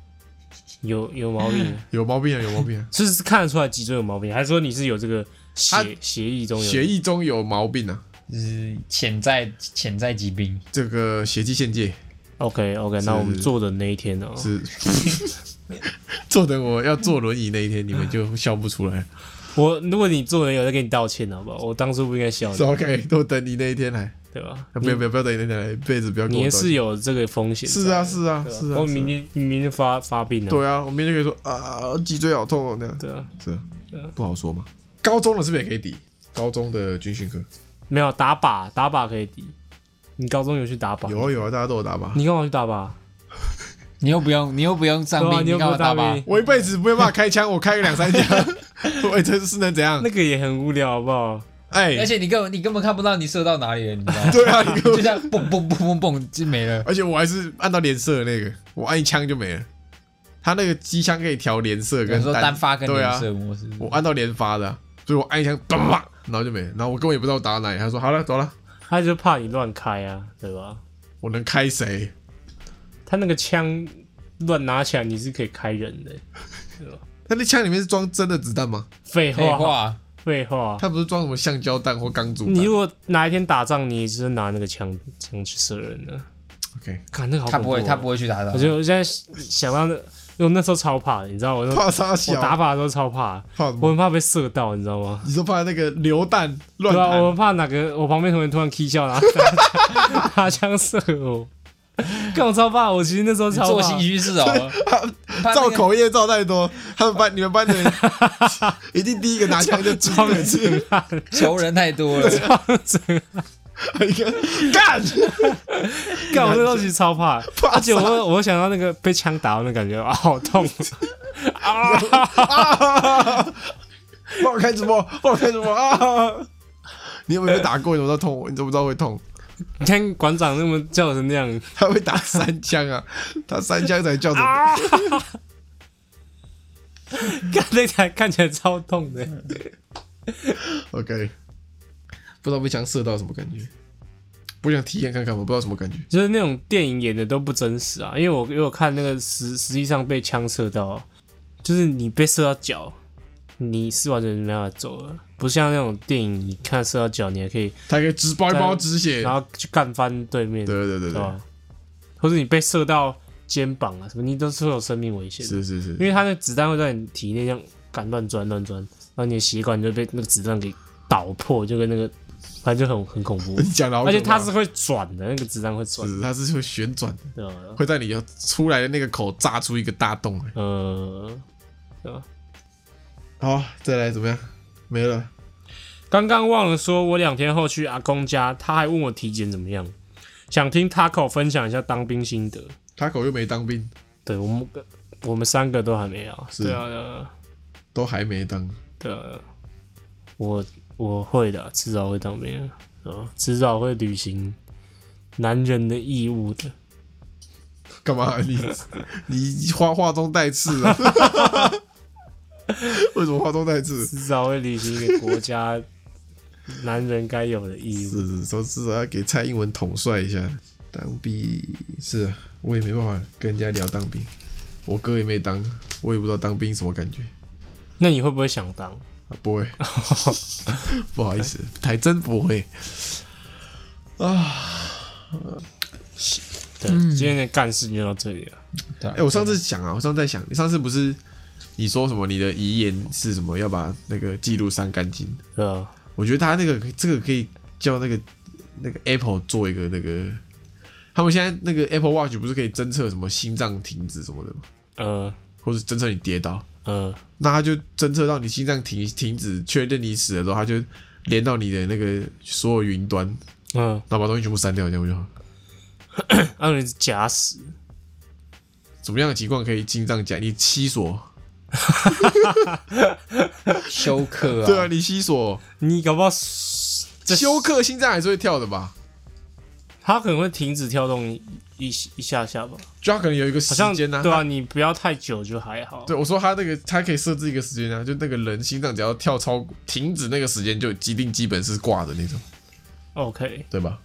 Speaker 3: 有有毛 病的，
Speaker 2: 有毛病啊有毛病啊，
Speaker 3: 是是看得出来脊椎有毛病，还是说你是有这个
Speaker 2: 他
Speaker 3: 协协议中有
Speaker 2: 血液中有毛病啊，
Speaker 5: 就是潜在潜在疾病。
Speaker 2: 这个血迹限界
Speaker 3: OK OK，那我们坐的那一天哦呢、
Speaker 2: 是。 坐等我要坐轮椅那一天，你们就笑不出来。
Speaker 3: 我如果你做人有在跟你道歉， 好不好？我当初不应该笑你
Speaker 2: 是，OK，都啊等你那一天来。
Speaker 3: 对吧？
Speaker 2: 啊不要不要不要等你那一天来，一辈子不要跟
Speaker 3: 你
Speaker 2: 我
Speaker 3: 也
Speaker 2: 道
Speaker 3: 是
Speaker 2: 歉。
Speaker 3: 有这个风险在的。
Speaker 2: 是啊是啊
Speaker 3: 对吧
Speaker 2: 是啊。
Speaker 3: 我
Speaker 2: 是啊
Speaker 3: 明天明天发发病了。
Speaker 2: 对啊，我明天就可以说啊，脊椎好痛哦，那样
Speaker 3: 对啊，
Speaker 2: 是啊不好说嘛。高中的是不是也可以抵？高中的军训课
Speaker 3: 没有打靶，打靶可以抵。你高中有去打靶？
Speaker 2: 有啊有啊，大家都有打吧？
Speaker 3: 你干嘛去打靶？
Speaker 5: 你又不用，你又不用上
Speaker 3: 对啊
Speaker 5: 病，
Speaker 3: 你又不
Speaker 5: 干嘛
Speaker 3: 用
Speaker 5: 打
Speaker 3: 当
Speaker 5: 吧
Speaker 3: 兵？
Speaker 2: 我一辈子没有办法开枪，我开个 两三枪，我也真是能怎样
Speaker 3: 那？个也很无聊，好不好？
Speaker 2: 哎、
Speaker 5: 而且你根本你根本看不到你射到哪里了，你 知道吗？
Speaker 2: 对啊，你给我
Speaker 5: 就这样蹦蹦蹦蹦蹦就没了。
Speaker 2: 而且我还是按到连射的那个，我按一枪就没了。他那个机枪可以调连射
Speaker 5: 有
Speaker 2: 跟
Speaker 5: 时候单发跟
Speaker 2: 对
Speaker 5: 连
Speaker 2: 啊，
Speaker 5: 射模式，
Speaker 2: 我按到连发的啊、所以我按一枪，咚咚，咚然后就没了。然后我根本也不知道我打到哪里。他说好了，走了，
Speaker 3: 他就怕你乱开啊，对吧？
Speaker 2: 我能开谁？
Speaker 3: 他那个枪乱拿起来，你是可以开人的。
Speaker 2: 他那枪里面是装真的子弹吗？
Speaker 3: 废
Speaker 5: 废
Speaker 3: 话，
Speaker 5: 话，
Speaker 3: 废话。
Speaker 2: 他不是装什么橡胶弹或钢珠弹
Speaker 3: 你如果哪一天打仗，你只是拿那个枪枪去射人的，
Speaker 2: ？OK，
Speaker 3: 看那个好
Speaker 5: 他不
Speaker 2: 啊
Speaker 5: 会，他不
Speaker 3: 会。
Speaker 5: 会去打的
Speaker 3: 我。觉得我现在想到那，因为我那时候超怕的，你知道，我那
Speaker 2: 怕啥
Speaker 3: 我
Speaker 2: 小？
Speaker 3: 打靶的时候超怕，
Speaker 2: 怕什
Speaker 3: 我
Speaker 2: 么？
Speaker 3: 很怕被射到，你知道吗？
Speaker 2: 你说怕那个流弹乱
Speaker 3: 对啊，
Speaker 2: 弹？
Speaker 3: 我怕哪个我旁边同学突然 k 笑，然后 拿枪射我，干我超怕，我其实那时候超怕。
Speaker 5: 做戏剧是 哦，怕
Speaker 2: 造
Speaker 5: 那个
Speaker 2: 口业造太多，他们班你们班的人一定第一个拿枪就装人去，
Speaker 5: 求人太多了。
Speaker 2: 一个干，
Speaker 3: 干我那东西超怕，而且我我想到那个被枪打到那感觉啊，好痛！
Speaker 2: 帮我开直播，帮我开直播啊！你有没有被打过？你怎么知道痛？你怎么知道会痛？
Speaker 3: 你看馆长那么叫成那样，
Speaker 2: 他会打三枪啊，他三枪才叫什么？
Speaker 3: 看那台看起来超痛的。
Speaker 2: OK，不知道被枪射到什么感觉，不想体验看看吗？不知道什么感觉。
Speaker 3: 就是那种电影演的都不真实啊，因为我因为我看那个实实际上被枪射到，啊就是你被射到脚，你是完全没办法走了，不像那种电影，你看射到脚你还可以，
Speaker 2: 他可以直包一包止血
Speaker 3: 然，后去干翻对面，
Speaker 2: 对对对
Speaker 3: 对
Speaker 2: 对，
Speaker 3: 吧？或者你被射到肩膀啊什么，你都是会有生命危险的，
Speaker 2: 是是是
Speaker 3: 因，为它的子弹会在你体内这样干乱钻乱钻，然后你的血管就被那个子弹给捣破，就跟那个反正就很很恐怖
Speaker 2: ，你讲的好可怕，
Speaker 3: 而且它是会转的，那个子弹会转，
Speaker 2: 是它是会旋转的，
Speaker 3: 对吧？
Speaker 2: 会在你要出来的那个口炸出一个大洞来。
Speaker 3: 呃，
Speaker 2: 好，再来怎么样？没了，
Speaker 3: 刚刚忘了说，我两天后去阿公家，他还问我体检怎么样，想听 Taco 分享一下当兵心得。
Speaker 2: 他口又没当兵，
Speaker 3: 对我们，我们三个都还没有。
Speaker 2: 是
Speaker 3: 对啊，对啊
Speaker 2: 都还没当，
Speaker 3: 对啊，我我会的，迟早会当兵的，啊，迟早会履行男人的义务的。
Speaker 2: 干嘛？你你话话中带刺啊？为什么话中带刺？
Speaker 3: 至少会履行一个国 家男人该有的义务。
Speaker 2: 是是，说至少要给蔡英文统帅一下。当兵是啊，我也没办法跟人家聊当兵，我哥也没当，我也不知道当兵什么感觉。
Speaker 3: 那你会不会想当？
Speaker 2: 啊不会，不好意思，还真不会。
Speaker 3: 对，今天的干事就到这里了。
Speaker 2: 哎、我上次想啊，我上次在想，你上次不是你说什么？你的遗言是什么？要把那个记录删干净？
Speaker 3: 对啊，
Speaker 2: 我觉得他那个这个可以叫那个那个 Apple 做一个那个，他们现在那个 Apple Watch 不是可以侦测什么心脏停止什么的吗？
Speaker 3: 呃
Speaker 2: 或是侦测你跌倒，
Speaker 3: 呃，
Speaker 2: 那他就侦测到你心脏停停止，确认你死了之后，他就连到你的那个所有云端，
Speaker 3: 嗯，
Speaker 2: 然后把东西全部删掉，这样不就好？
Speaker 3: 让你假死，
Speaker 2: 怎么样的情况可以进藏讲？你七所，
Speaker 5: 休克啊，
Speaker 2: 对啊，你七所
Speaker 3: 你搞不好这
Speaker 2: 休克，心脏还是会跳的吧？
Speaker 3: 他可能会停止跳动一一一下下吧，
Speaker 2: 就他可能有一个时
Speaker 3: 好像
Speaker 2: 间呢、
Speaker 3: 对啊，你不要太久就还好。
Speaker 2: 对，我说他那个，他可以设置一个时间啊，就那个人心脏只要跳超停止那个时间，就一定基本是挂的那种，
Speaker 3: OK，
Speaker 2: 对吧？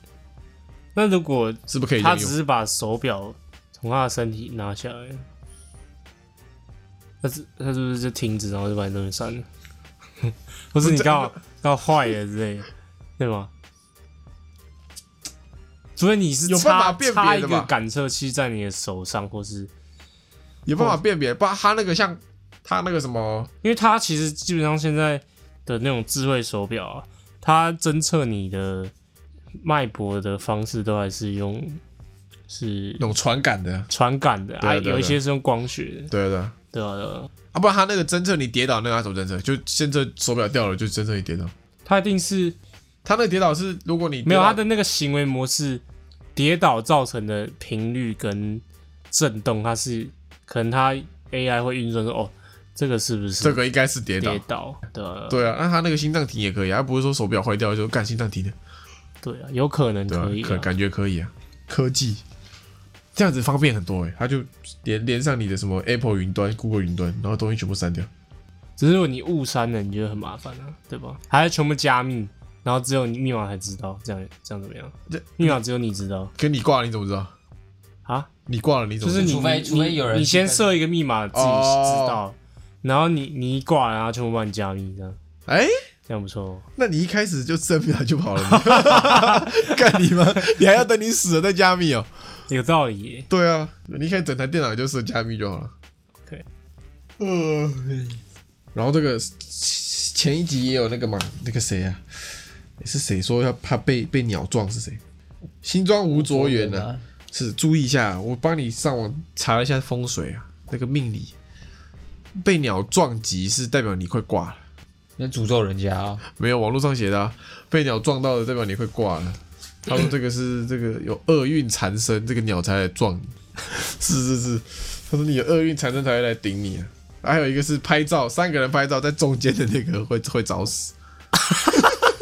Speaker 3: 那如果
Speaker 2: 是不是可以这
Speaker 3: 他
Speaker 2: 样
Speaker 3: 只
Speaker 2: 用？
Speaker 3: 是把手表从他的身体拿下来，他是他是不是就停止，然后就把你东西删了？ 或是你刚 好刚好坏了之类的，对吗？除非你是
Speaker 2: 有
Speaker 3: 插
Speaker 2: 办法辨别
Speaker 3: 插一
Speaker 2: 的
Speaker 3: 个
Speaker 2: 吧
Speaker 3: 感测器在你的手上，或是
Speaker 2: 有办法辨别，不然他那个像他那个什么，
Speaker 3: 因为它其实基本上现在的那种智慧手表啊，它侦测你的脉搏的方式都还是用是
Speaker 2: 那种传感的，
Speaker 3: 传感的，
Speaker 2: 对啊
Speaker 3: 啊，
Speaker 2: 对啊
Speaker 3: 有一些是用光学的，
Speaker 2: 对啊对啊。
Speaker 3: 对啊对啊，
Speaker 2: 啊，不然他那个侦测你跌倒那个他怎么侦测？就侦测手表掉了，就侦测你跌倒。
Speaker 3: 它一定是
Speaker 2: 他那个跌倒是如果你跌
Speaker 3: 没有
Speaker 2: 倒
Speaker 3: 它的那个行为模式，跌倒造成的频率跟震动，它是可能它 AI 会运算说，哦，这个是不是
Speaker 2: 这个应该是跌倒
Speaker 3: 跌。倒？对啊
Speaker 2: 对啊，那他那个心脏停也可以啊，不是说手表坏掉就干心脏停的，
Speaker 3: 对啊，有可能
Speaker 2: 对啊
Speaker 3: 可以，啊
Speaker 2: 可感觉可以啊，科技这样子方便很多诶、欸，他就连连上你的什么 Apple 云端、Google 云端，然后东西全部删掉。
Speaker 3: 只是如果你误删了，你觉得很麻烦啊，对吧？还要全部加密，然后只有你密码才知道，这样这样怎么样
Speaker 2: 这？
Speaker 3: 密码只有你知道
Speaker 2: 可你挂了你怎么知道？
Speaker 3: 啊？
Speaker 2: 你挂了你怎
Speaker 3: 就
Speaker 2: 么知
Speaker 3: 是你
Speaker 2: 道？
Speaker 5: 除非
Speaker 3: 你
Speaker 5: 除非有人
Speaker 3: 你先
Speaker 5: 去跟
Speaker 3: 设一个密码自己知
Speaker 2: 哦
Speaker 3: 道，然后你你一挂，然后全部帮你加密，这样
Speaker 2: 哎、
Speaker 3: 这样不错哦。
Speaker 2: 那你一开始就设密码就跑了吗，干你吗？ 你还要等你死了再加密哦、
Speaker 3: 有道理耶，
Speaker 2: 对啊，你可以整台电脑就设加密就好了。
Speaker 3: OK
Speaker 2: 呃，然后这个前一集也有那个嘛，那个谁啊，是谁说要怕被被鸟撞是谁？新庄吴卓源呢、
Speaker 4: 啊，
Speaker 2: 是注意一下，我帮你上网查了一下风水啊，那个命理，被鸟撞击是代表你快挂了。
Speaker 5: 你诅咒人家啊，
Speaker 2: 没有，网络上写的、啊，被鸟撞到的代表你会挂了。他说这个是这个有厄运缠身，这个鸟才来撞你。是是是，他说你有厄运缠身才会来顶你啊。还有一个是拍照，三个人拍照在中间的那个会会找死。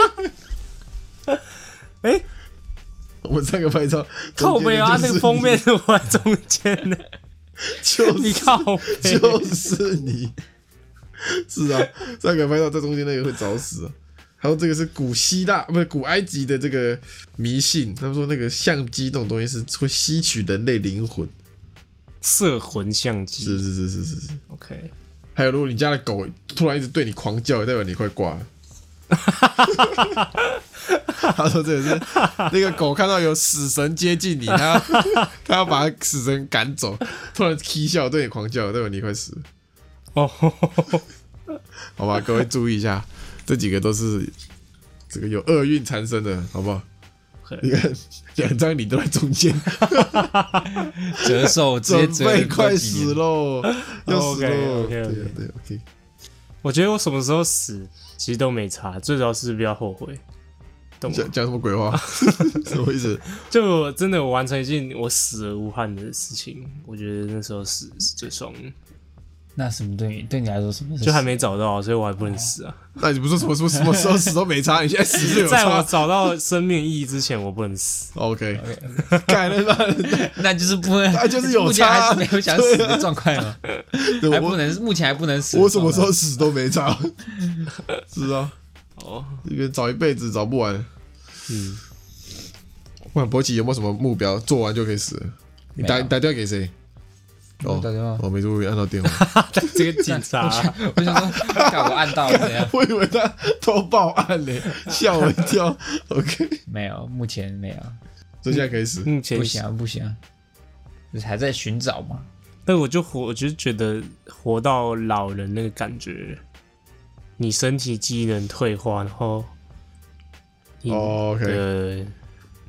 Speaker 3: 诶
Speaker 2: 我们三个拍照，
Speaker 3: 靠背啊，
Speaker 2: 中
Speaker 3: 那
Speaker 2: 间的就是
Speaker 3: 个封面是我在中间的，
Speaker 2: 就是
Speaker 3: 你靠 背，
Speaker 2: 就是你，是啊，三个拍照在中间那个会找死啊。还有这个是古希腊，不是古埃及的这个迷信，他们说那个相机这种东西是会吸取人类灵魂，
Speaker 3: 摄魂相机
Speaker 2: 是是是是是是。
Speaker 3: ，OK，
Speaker 2: 还有，如果你家的狗突然一直对你狂叫，代表你快挂了。他说：“这个是那个狗看到有死神接近你，它要它要把死神赶走，突然啼笑对你狂叫，代表你快死了。”
Speaker 3: 哦，
Speaker 2: 好吧，各位注意一下，这几个都是这个有厄运缠身的，好不好？
Speaker 3: OK
Speaker 2: 你看两张脸都在中间，
Speaker 5: 折寿直接
Speaker 2: 准
Speaker 5: 折
Speaker 2: 备
Speaker 5: 很多
Speaker 2: 快
Speaker 5: 几年
Speaker 2: 死喽，要死喽！对
Speaker 3: OK，OK，OK
Speaker 2: 啊对啊，OK，
Speaker 3: 我觉得我什么时候死其实都没差，最主要是不要后悔，懂吗
Speaker 2: 讲？讲什么鬼话？ 什么意思？
Speaker 3: 就我真的我完成一件我死而无憾的事情，我觉得那时候死是最爽的，
Speaker 5: 那什么对你对你来说什么是
Speaker 3: 就还没找到，所以我还不能死啊。
Speaker 2: 那你不是说什么什么时候死都没差，你现在死就有
Speaker 3: 在我
Speaker 2: 差
Speaker 3: 找到生命意义之前，我不能死。
Speaker 2: ？OK，改了 吧？
Speaker 5: 那就是不 能，
Speaker 2: 那就是有
Speaker 5: 目前
Speaker 2: 差啊
Speaker 5: 还是没有想死的状况嘛，还哎不
Speaker 2: 我
Speaker 5: 能，目前还不能死。
Speaker 2: 我什么时候死都没 差，是啊，
Speaker 3: 哦，
Speaker 2: 一边找一辈子找不完。
Speaker 3: 嗯，
Speaker 2: 万博奇有没有什么目标？做完就可以死了？你打
Speaker 5: 没有
Speaker 2: 你打电话给谁？哦，
Speaker 5: 打电话
Speaker 2: 我没注意按到电 话，
Speaker 3: 这个警察
Speaker 5: 我想说，干我按到了怎样？
Speaker 2: 我以为他偷报案 嘞，吓我一跳。OK，
Speaker 5: 没有，目前没有，
Speaker 2: 所以现在可以死。
Speaker 3: 目前
Speaker 5: 不，行啊，不行啊，就是还在寻找嘛。
Speaker 3: 但我就活，我就觉得活到老人那个感觉，你身体机能退化，然后你
Speaker 2: 哦，OK
Speaker 3: 对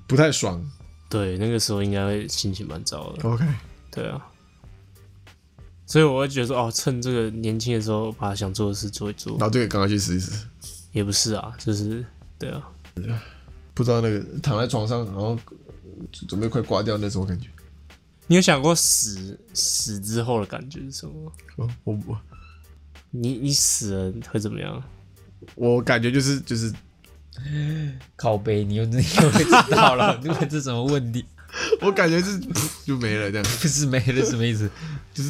Speaker 2: 不太爽。
Speaker 3: 对，那个时候应该会心情蛮糟的。
Speaker 2: OK，
Speaker 3: 对啊，所以我会觉得说，哦，趁这个年轻的时候，把想做的事做一做
Speaker 2: 然，后就赶快去死一死。
Speaker 3: 也不是啊，就是对啊，
Speaker 2: 不知道那个躺在床上，然后准备快挂掉那种感觉。
Speaker 3: 你有想过死死之后的感觉是什么吗？
Speaker 5: 哦
Speaker 2: 我我
Speaker 3: 你你死了会怎么样？
Speaker 2: 我感觉就是就是
Speaker 5: 靠背，你又你又会知 道了，你问这什么问题？
Speaker 2: 我感觉是 就没了这样，
Speaker 5: 不是没了什么意思？
Speaker 2: 就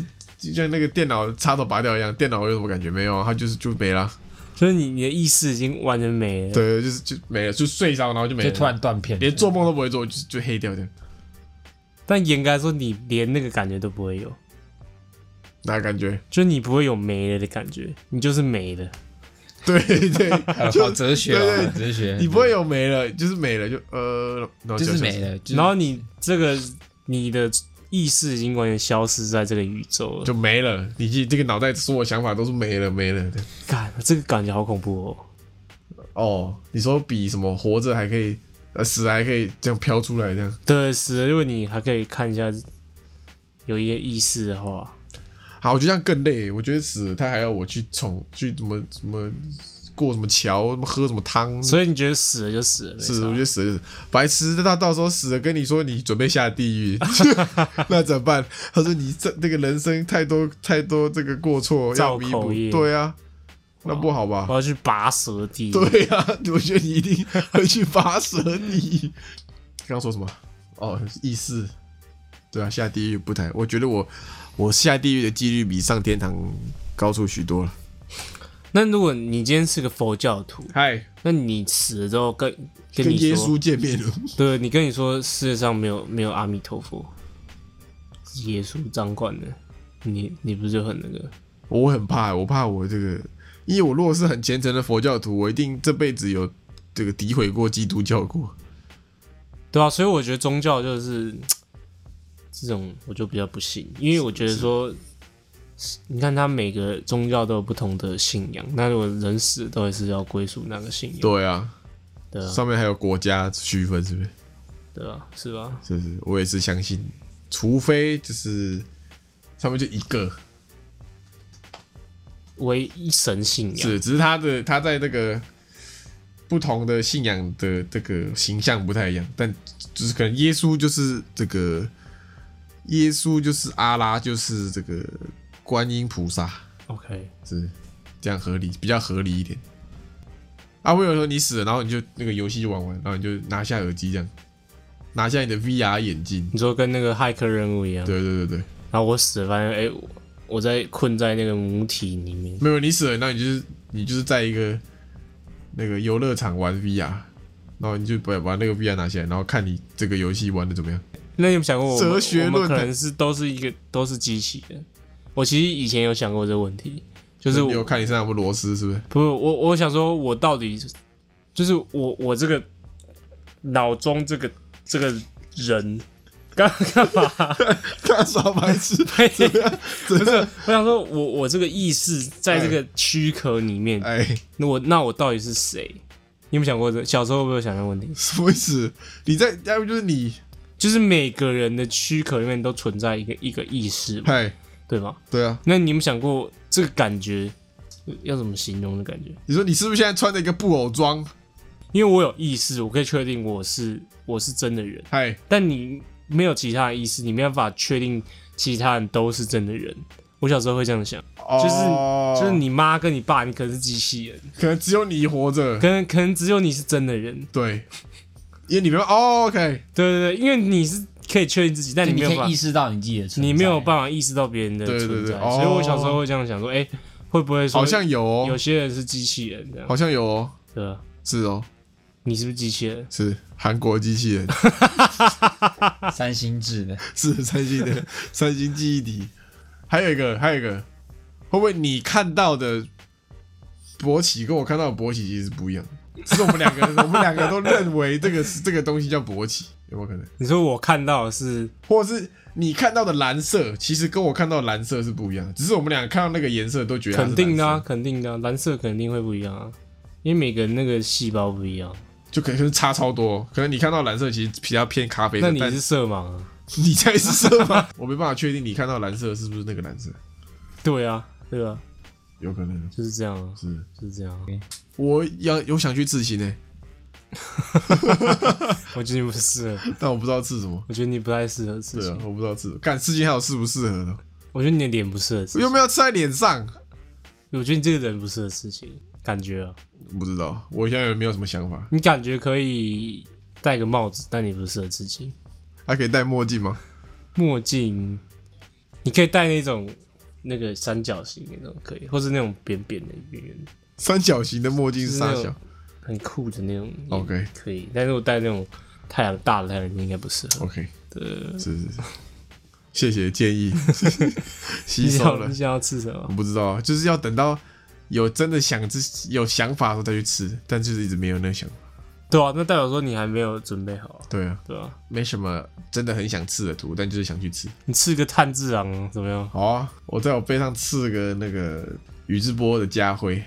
Speaker 2: 像那个电脑插头拔掉一样，电脑有什么感觉没有啊？它就是就没了，
Speaker 3: 就是你你的意识已经完全没了。，
Speaker 2: 对，就是就没了，就睡着然后就没了，
Speaker 5: 就突然断片，
Speaker 2: 连做梦都不会做，就是就黑掉这样，
Speaker 3: 但严格来说，你连那个感觉都不会有，
Speaker 2: 那感 觉，
Speaker 3: 就是你不会有没了的感觉，你就是没了。
Speaker 2: 对对，
Speaker 5: 呃
Speaker 2: 就
Speaker 5: 好哲学
Speaker 2: 对
Speaker 5: 哦
Speaker 2: 对，
Speaker 5: 好哲学，
Speaker 2: 你不会有没了，就是没了，就呃，然后
Speaker 5: 就是
Speaker 2: 消失
Speaker 5: 没，了，就是
Speaker 3: 然后你这个你的意识已经完全消失在这个宇宙了。
Speaker 2: 就没了。你这这个脑袋所有想法都是没了，没了。对
Speaker 3: 感这个感觉好恐怖哦！
Speaker 2: 哦，你说比什么活着还可以，呃，死还可以这样飘出来，这样
Speaker 3: 对，死了，如果你还可以看一下有一些意识的话，
Speaker 2: 好，我觉得这样更累。我觉得死了他还要我去宠，去什么什么过什么桥，什么喝什么汤。
Speaker 3: 所以你觉得死了就嗯死了，没
Speaker 2: 是，
Speaker 3: 差
Speaker 2: 我觉得死了就是白痴，那他到时候死了，跟你说你准备下地狱， 那怎么办？他说你这这个人生太多太多这个过错要
Speaker 3: 造
Speaker 2: 弥
Speaker 3: 口
Speaker 2: 补
Speaker 3: 业，
Speaker 2: 对啊，那不好吧
Speaker 3: 我？要去拔舌地。
Speaker 2: 对啊，我觉得你一定会去拔舌你。刚刚说什么？哦，意思。对啊，下地狱不太，我觉得我我下地狱的几率比上天堂高出许多了。
Speaker 3: 那如果你今天是个佛教徒，
Speaker 2: 嗨，
Speaker 3: 那你死了之后跟跟
Speaker 2: 跟
Speaker 3: 你
Speaker 2: 耶
Speaker 3: 说，
Speaker 2: 稣见面了，
Speaker 3: 对你跟你说世界上没有没有阿弥陀佛，是耶稣掌管的，你你不是就很那个？
Speaker 2: 我很怕，我怕我这个，因为我如果是很虔诚的佛教徒，我一定这辈子有这个诋毁过基督教过。
Speaker 3: 对啊，所以我觉得宗教就是这种，我就比较不信，因为我觉得说，你看他每个宗教都有不同的信仰，那如果人死了都还是要归属那个信仰，
Speaker 2: 对啊，
Speaker 3: 对啊，
Speaker 2: 上面还有国家区分，是不是？
Speaker 3: 对啊，是吧？
Speaker 2: 是是，我也是相信，除非就是上面就一个，
Speaker 3: 唯一神信仰，
Speaker 2: 是，只是他的他在那个不同的信仰的这个形象不太一样，但就是可能耶稣就是这个，耶稣就是阿拉，就是这个观音菩萨，
Speaker 3: OK，
Speaker 2: 是这样合理，比较合理一点。啊，我有时候你死了，然后你就那个游戏就玩完，然后你就拿下耳机这样，拿下你的 VR 眼镜，
Speaker 3: 你说跟那个骇客任务一样，
Speaker 2: 对对对对，
Speaker 3: 然后我死了，发现哎、我我在困在那个母体里面，
Speaker 2: 没有你死了，那你就是你就是在一个那个游乐场玩 VR，然后你就把把那个 VR 拿起来，然后看你这个游戏玩的怎么样。
Speaker 3: 那你有没有想过我们，
Speaker 2: 哲
Speaker 3: 我
Speaker 2: 学
Speaker 3: 们
Speaker 2: 论坛
Speaker 3: 可能是都是一个都是机器的，我其实以前有想过这个问题，就是
Speaker 2: 你
Speaker 3: 我
Speaker 2: 有看你身上有没有螺丝， 是不是？
Speaker 3: 不是我，我想说，我到底就是我，我这个脑中这个这个人 干干嘛？
Speaker 2: 大傻白 痴，
Speaker 3: 嘿嘿
Speaker 2: 真的，
Speaker 3: 我想说我，我这个意识在这个躯壳里面，
Speaker 2: 哎，
Speaker 3: 那我那我到底是谁？你有没有想过这？小时候有没有想这个问题？
Speaker 2: 什么意思？你在，要不就是你，
Speaker 3: 就是每个人的躯壳里面都存在一个一个意识嘛，
Speaker 2: 嗨，
Speaker 3: 对吗？
Speaker 2: 对啊，
Speaker 3: 那你有没有想过这个感觉呃要怎么形容的感觉？
Speaker 2: 你说你是不是现在穿着一个布偶装？
Speaker 3: 因为我有意识，我可以确定我是我是真的人。
Speaker 2: 嗨，
Speaker 3: 但你没有其他的意思，你没办法确定其他人都是真的人。我小时候会这样想，
Speaker 2: 就是
Speaker 3: 就是你妈跟你爸，你可能是机器人，
Speaker 2: 哦可能只有你活着，
Speaker 3: 可能可能只有你是真的人。
Speaker 2: 对，因为你们哦，OK，
Speaker 3: 对对对，因为你是可以确定自己，但
Speaker 5: 就
Speaker 3: 你没
Speaker 5: 你可
Speaker 3: 有办
Speaker 5: 以意
Speaker 3: 法，
Speaker 5: 识到你自己的存在，
Speaker 3: 你没有办法意识到别人的
Speaker 2: 对对
Speaker 3: 存
Speaker 2: 对
Speaker 3: 在。
Speaker 2: 哦
Speaker 3: 所以我小时候会这样想说，哎、会不会说
Speaker 2: 好像有
Speaker 3: 有
Speaker 2: 哦，
Speaker 3: 些人是机器人这样？
Speaker 2: 好像有哦，
Speaker 3: 对吧？
Speaker 2: 是哦，
Speaker 3: 你是不是机器人？
Speaker 2: 是韩国机器人，
Speaker 5: 法三星 制的，
Speaker 2: 是三星的三星记忆体，还有一个，还有一个，会不会你看到的勃起跟我看到的勃起其实是不一样的？是我们两个， 我们两个都认为这个是这个东西叫勃起，有没有可能？
Speaker 3: 你说我看到的是
Speaker 2: 或者是你看到的蓝色，其实跟我看到的蓝色是不一样的，只是我们两个看到那个颜色都觉得它是
Speaker 3: 肯定的、
Speaker 2: 蓝
Speaker 3: 啊
Speaker 2: 色，，
Speaker 3: 肯定的、啊，蓝色肯定会不一样啊，因为每个人那个细胞不一样。
Speaker 2: 就可能差超多。可能你看到蓝色其实比较偏咖啡色，
Speaker 3: 那你
Speaker 2: 但
Speaker 3: 是色盲啊？
Speaker 2: 你才是色盲， 我没办法确定你看到蓝色是不是那个蓝色，
Speaker 3: 对啊，对啊，
Speaker 2: 有可能
Speaker 3: 就是这样啊，
Speaker 2: 是。
Speaker 3: 就是这样啊。
Speaker 2: 我要有想去刺青呢、
Speaker 3: 我觉得你不适合，
Speaker 2: 但我不知道吃什么。
Speaker 3: 我觉得你不太适合刺
Speaker 2: 对啊
Speaker 3: 青，，
Speaker 2: 我不知道吃什么。干刺青还有适不适合的，
Speaker 3: 我觉得你的脸不适合刺
Speaker 2: 我又
Speaker 3: 青，
Speaker 2: 没有吃在脸上，
Speaker 3: 我觉得你这个人不适合刺青，感觉啊，
Speaker 2: 不知道。我现在也没有什么想法。
Speaker 3: 你感觉可以戴个帽子，但你不适合刺青。
Speaker 2: 还可以戴墨镜吗？
Speaker 3: 墨镜，你可以戴那种那个三角形那种可以，或是那种扁扁的圆圆的，
Speaker 2: 三角形的墨镜是
Speaker 3: 就是
Speaker 2: 啥
Speaker 3: 那
Speaker 2: 小
Speaker 3: 种很酷的那种也
Speaker 2: OK
Speaker 3: 可以。但是我戴那种太阳大的太阳镜应该不适合。
Speaker 2: ？OK，是是是，谢谢 建议，吸
Speaker 3: 你
Speaker 2: 收
Speaker 3: 想
Speaker 2: 了
Speaker 3: 你。想要吃什么
Speaker 2: 我？不知道，啊就是要等到有真的想吃、有想法的时候再去吃，但就是一直没有那个想法。
Speaker 3: 对啊，那代表说你还没有准备好啊，
Speaker 2: 对啊，
Speaker 3: 对啊，
Speaker 2: 没什么真的很想吃的图，但就是想去吃。
Speaker 3: 你吃个炭治郎怎么样？
Speaker 2: 好啊，我在我背上刺个那个宇智波的家徽，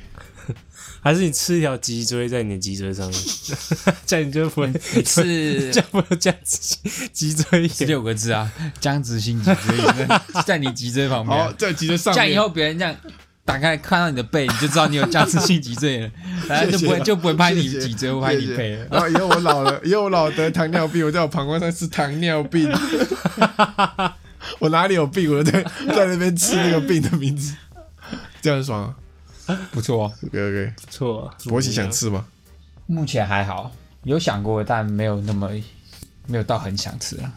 Speaker 3: 还是你吃一条脊椎在你的脊椎上 面，这样你就不会，
Speaker 5: 一次
Speaker 3: 这样不会这样子脊椎
Speaker 5: 十
Speaker 3: 炎。
Speaker 5: 六个字啊，僵直性脊 椎炎在在你脊椎旁边
Speaker 2: 好
Speaker 5: 啊，，
Speaker 2: 在脊椎上
Speaker 5: 这样以
Speaker 2: 面。
Speaker 5: 后别人这样打开看到你的背，你就知道你有僵直性脊椎 炎了，然后就不
Speaker 2: 谢
Speaker 5: 会
Speaker 2: 谢
Speaker 5: 就不会拍你
Speaker 2: 谢谢
Speaker 5: 脊椎，会拍你
Speaker 2: 谢谢
Speaker 5: 背了。
Speaker 2: 然后以后我老了，以后我老得糖尿病，我在我膀胱上是糖尿 病。我哪里有病，我就在在那边吃那个病的名字，这样很爽、啊。
Speaker 5: 不错啊，
Speaker 2: OK OK，
Speaker 3: 不错啊，
Speaker 2: 博喜想吃吗？
Speaker 5: 目前还好，有想过，但没有那么没有到很想吃啊。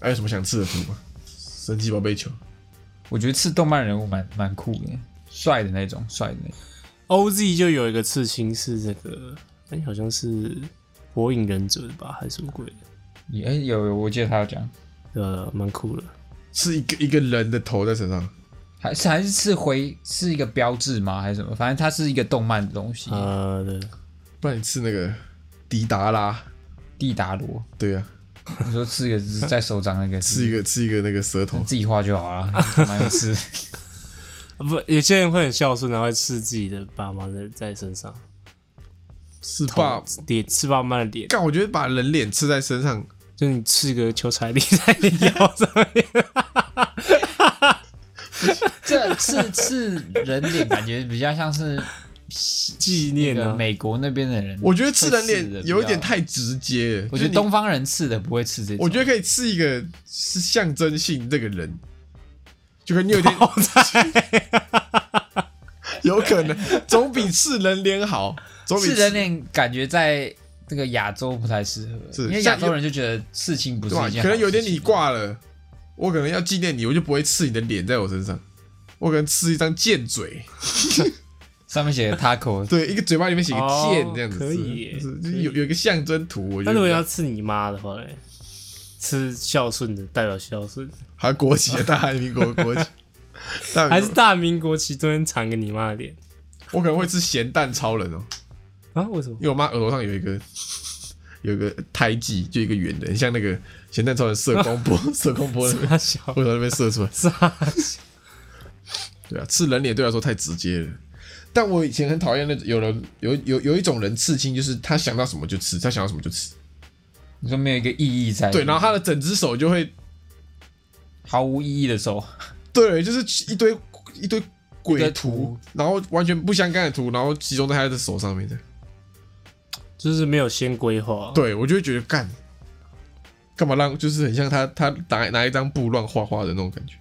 Speaker 2: 还有什么想吃的图吗？神奇宝贝球，
Speaker 5: 我觉得吃动漫人物蛮蛮酷的，帅的那种，帅的那种。
Speaker 3: OZ 就有一个刺青是这个，哎、好像是火影忍者的吧，还是什么鬼的？
Speaker 5: 也哎有有，我记得他有讲，
Speaker 3: 呃，蛮酷的。
Speaker 2: 是一个一个人的头在身上。
Speaker 5: 还是还是是回是一个标志吗？还是什么？反正它是一个动漫的东西。
Speaker 2: 啊
Speaker 3: 呃，对，
Speaker 2: 不然你吃那个迪达拉，
Speaker 5: 地达罗，
Speaker 2: 对啊呀、
Speaker 5: 你说吃一个是在手掌那 个，
Speaker 2: 吃一个吃一个那个舌头，
Speaker 5: 自己画就好了，蛮有吃。
Speaker 3: 不，有些人会很孝顺，然后会刺自己的爸妈的在身上，
Speaker 2: 是爸。
Speaker 3: 脸刺爸妈的脸，
Speaker 2: 干，我觉得把人脸刺在身上，
Speaker 3: 就你刺个求财力在你腰上面，
Speaker 5: 这刺刺人脸感觉比较像是
Speaker 3: 纪
Speaker 5: 那
Speaker 3: 念
Speaker 5: 个
Speaker 3: 啊。
Speaker 5: 美国那边的人，
Speaker 2: 我觉得刺人
Speaker 5: 会刺的
Speaker 2: 脸
Speaker 5: 比
Speaker 2: 有一点
Speaker 5: 较
Speaker 2: 太直接了。
Speaker 5: 我觉
Speaker 2: 就是
Speaker 5: 得
Speaker 2: 你
Speaker 5: 东方人刺的不会刺这种。
Speaker 2: 我觉得可以刺一个是象征性这个人，就跟你有点 有可能，总比刺人脸好，总比
Speaker 5: 刺人脸感觉在这个亚洲不太适合，
Speaker 2: 是
Speaker 5: 因为亚洲人就觉得刺青不是
Speaker 2: 对吧
Speaker 5: 一？件
Speaker 2: 可能
Speaker 5: 好
Speaker 2: 有点
Speaker 5: 事情
Speaker 2: 你挂了，我可能要纪念你，我就不会刺你的脸在我身上，我可能刺一张箭嘴，
Speaker 5: 上面写的 taco，
Speaker 2: 对，一个嘴巴里面写个
Speaker 3: 哦
Speaker 2: 箭这样子，
Speaker 3: 可以耶
Speaker 2: 是就是有有一个象征图，我觉
Speaker 3: 那 如果要
Speaker 2: 得
Speaker 3: 刺你妈的话嘞，刺孝顺的代表孝顺，
Speaker 2: 还有国旗，啊大韩民国的国旗，大
Speaker 3: 还
Speaker 2: 韩
Speaker 3: 是
Speaker 2: 民国
Speaker 3: 大明国旗中间藏个你妈的脸
Speaker 2: 我可能会吃咸蛋超人哦，
Speaker 3: 啊？为什么
Speaker 2: 因？为我妈额头上有一个有一个胎记，就一个圆的，很像那个咸蛋超人射光波，射光波那边，
Speaker 3: 傻笑，
Speaker 2: 为什么那边射出来？
Speaker 3: 傻
Speaker 2: 对啊，刺人脸对我来说太直接了。但我以前很讨厌那种有人有有有一种人刺青，就是他想到什么就刺，他想到什么就刺。
Speaker 5: 你说没有一个意义在，
Speaker 2: 对，然后他的整只手就会，
Speaker 5: 毫无意义的手，
Speaker 2: 对，就是一堆一堆鬼
Speaker 5: 堆
Speaker 2: 图
Speaker 5: 图，
Speaker 2: 然后完全不相干的图，然后集中在他的手上面的。
Speaker 3: 就是没有先规划。
Speaker 2: 对我就会觉得干，干嘛让就是很像他他拿拿一张布乱画画的那种感觉。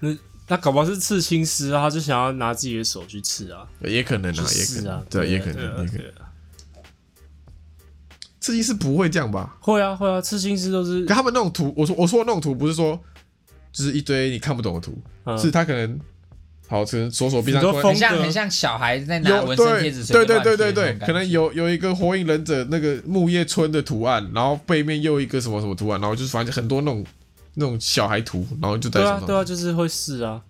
Speaker 3: 那搞不好是刺青师啊，他就想要拿自己的手去刺啊，
Speaker 2: 也可能
Speaker 3: 去
Speaker 2: 啊，也可
Speaker 3: 试
Speaker 2: 能
Speaker 3: 啊，，
Speaker 2: 对，也
Speaker 3: 啊
Speaker 2: 可
Speaker 3: 对啊
Speaker 2: 能，也可能。
Speaker 3: 对啊
Speaker 2: 刺青是不会这样吧？
Speaker 3: 会啊会啊，刺青师都是
Speaker 2: 可他们那种图，我说我说的那种图，不是说就是一堆你看不懂的图，
Speaker 3: 嗯
Speaker 2: 是他可能好，可能左手臂
Speaker 3: 你
Speaker 2: 上
Speaker 3: 说
Speaker 2: 突然
Speaker 3: 风
Speaker 5: 很像
Speaker 3: 格
Speaker 5: 很像小孩在拿
Speaker 2: 有
Speaker 5: 纹身
Speaker 2: 对
Speaker 5: 贴纸，
Speaker 2: 对
Speaker 5: 随便
Speaker 2: 对对
Speaker 5: 乱贴
Speaker 2: 对
Speaker 5: 那
Speaker 2: 对
Speaker 5: 种，感觉
Speaker 2: 可能有有一个火影忍者那个木叶村的图案，然后背面又一个什么什么图案，然后就是反正很多那种那种小孩图，然后就在
Speaker 3: 对
Speaker 2: 手
Speaker 3: 啊
Speaker 2: 上。
Speaker 3: 对啊，就是会试啊，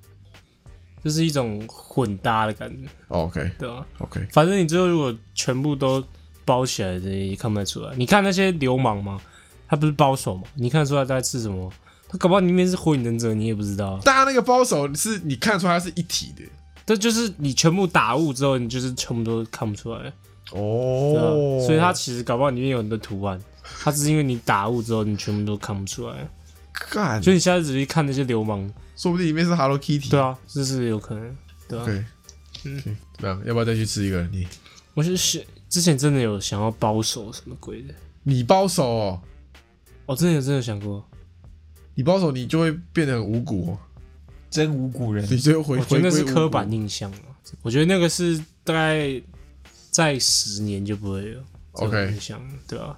Speaker 3: 就是一种混搭的感觉，
Speaker 2: OK
Speaker 3: 对啊，
Speaker 2: OK，
Speaker 3: 反正你最后如果全部都包起来的，也看不太出来。你看那些流氓嘛，他不是包手嘛，你看得出来他在刺什么？他搞不好里面是火影忍者，你也不知道啊。
Speaker 2: 但他那个包手是你看得出来它是一体的
Speaker 3: 这就是你全部打雾之后，你就是全部都看不出来。对啊
Speaker 2: 哦，
Speaker 3: 所以它其实搞不好里面有很多图案，它只是因为你打雾之后，你全部都看不出来。
Speaker 2: 看，
Speaker 3: 所以你现在仔细看那些流氓，
Speaker 2: 说不定里面是 Hello Kitty。嗯
Speaker 3: 对啊，这是有可能。对啊，
Speaker 2: OK，OK，怎么样？要不要再去吃一个？你
Speaker 3: 我是是之前真的有想要包手什么鬼的，
Speaker 2: 你包手、哦，
Speaker 3: 我、真的有真的有想过，
Speaker 2: 你包手，你就会变得很无骨、哦，
Speaker 5: 真无古人
Speaker 2: 你最后回
Speaker 3: 我觉
Speaker 2: 回
Speaker 3: 得那
Speaker 2: 归
Speaker 3: 是
Speaker 2: 无
Speaker 3: 刻
Speaker 2: 骨
Speaker 3: 板印象了。我觉得那个是大概在十年就不会有这种
Speaker 2: OK
Speaker 3: 印象了对啊，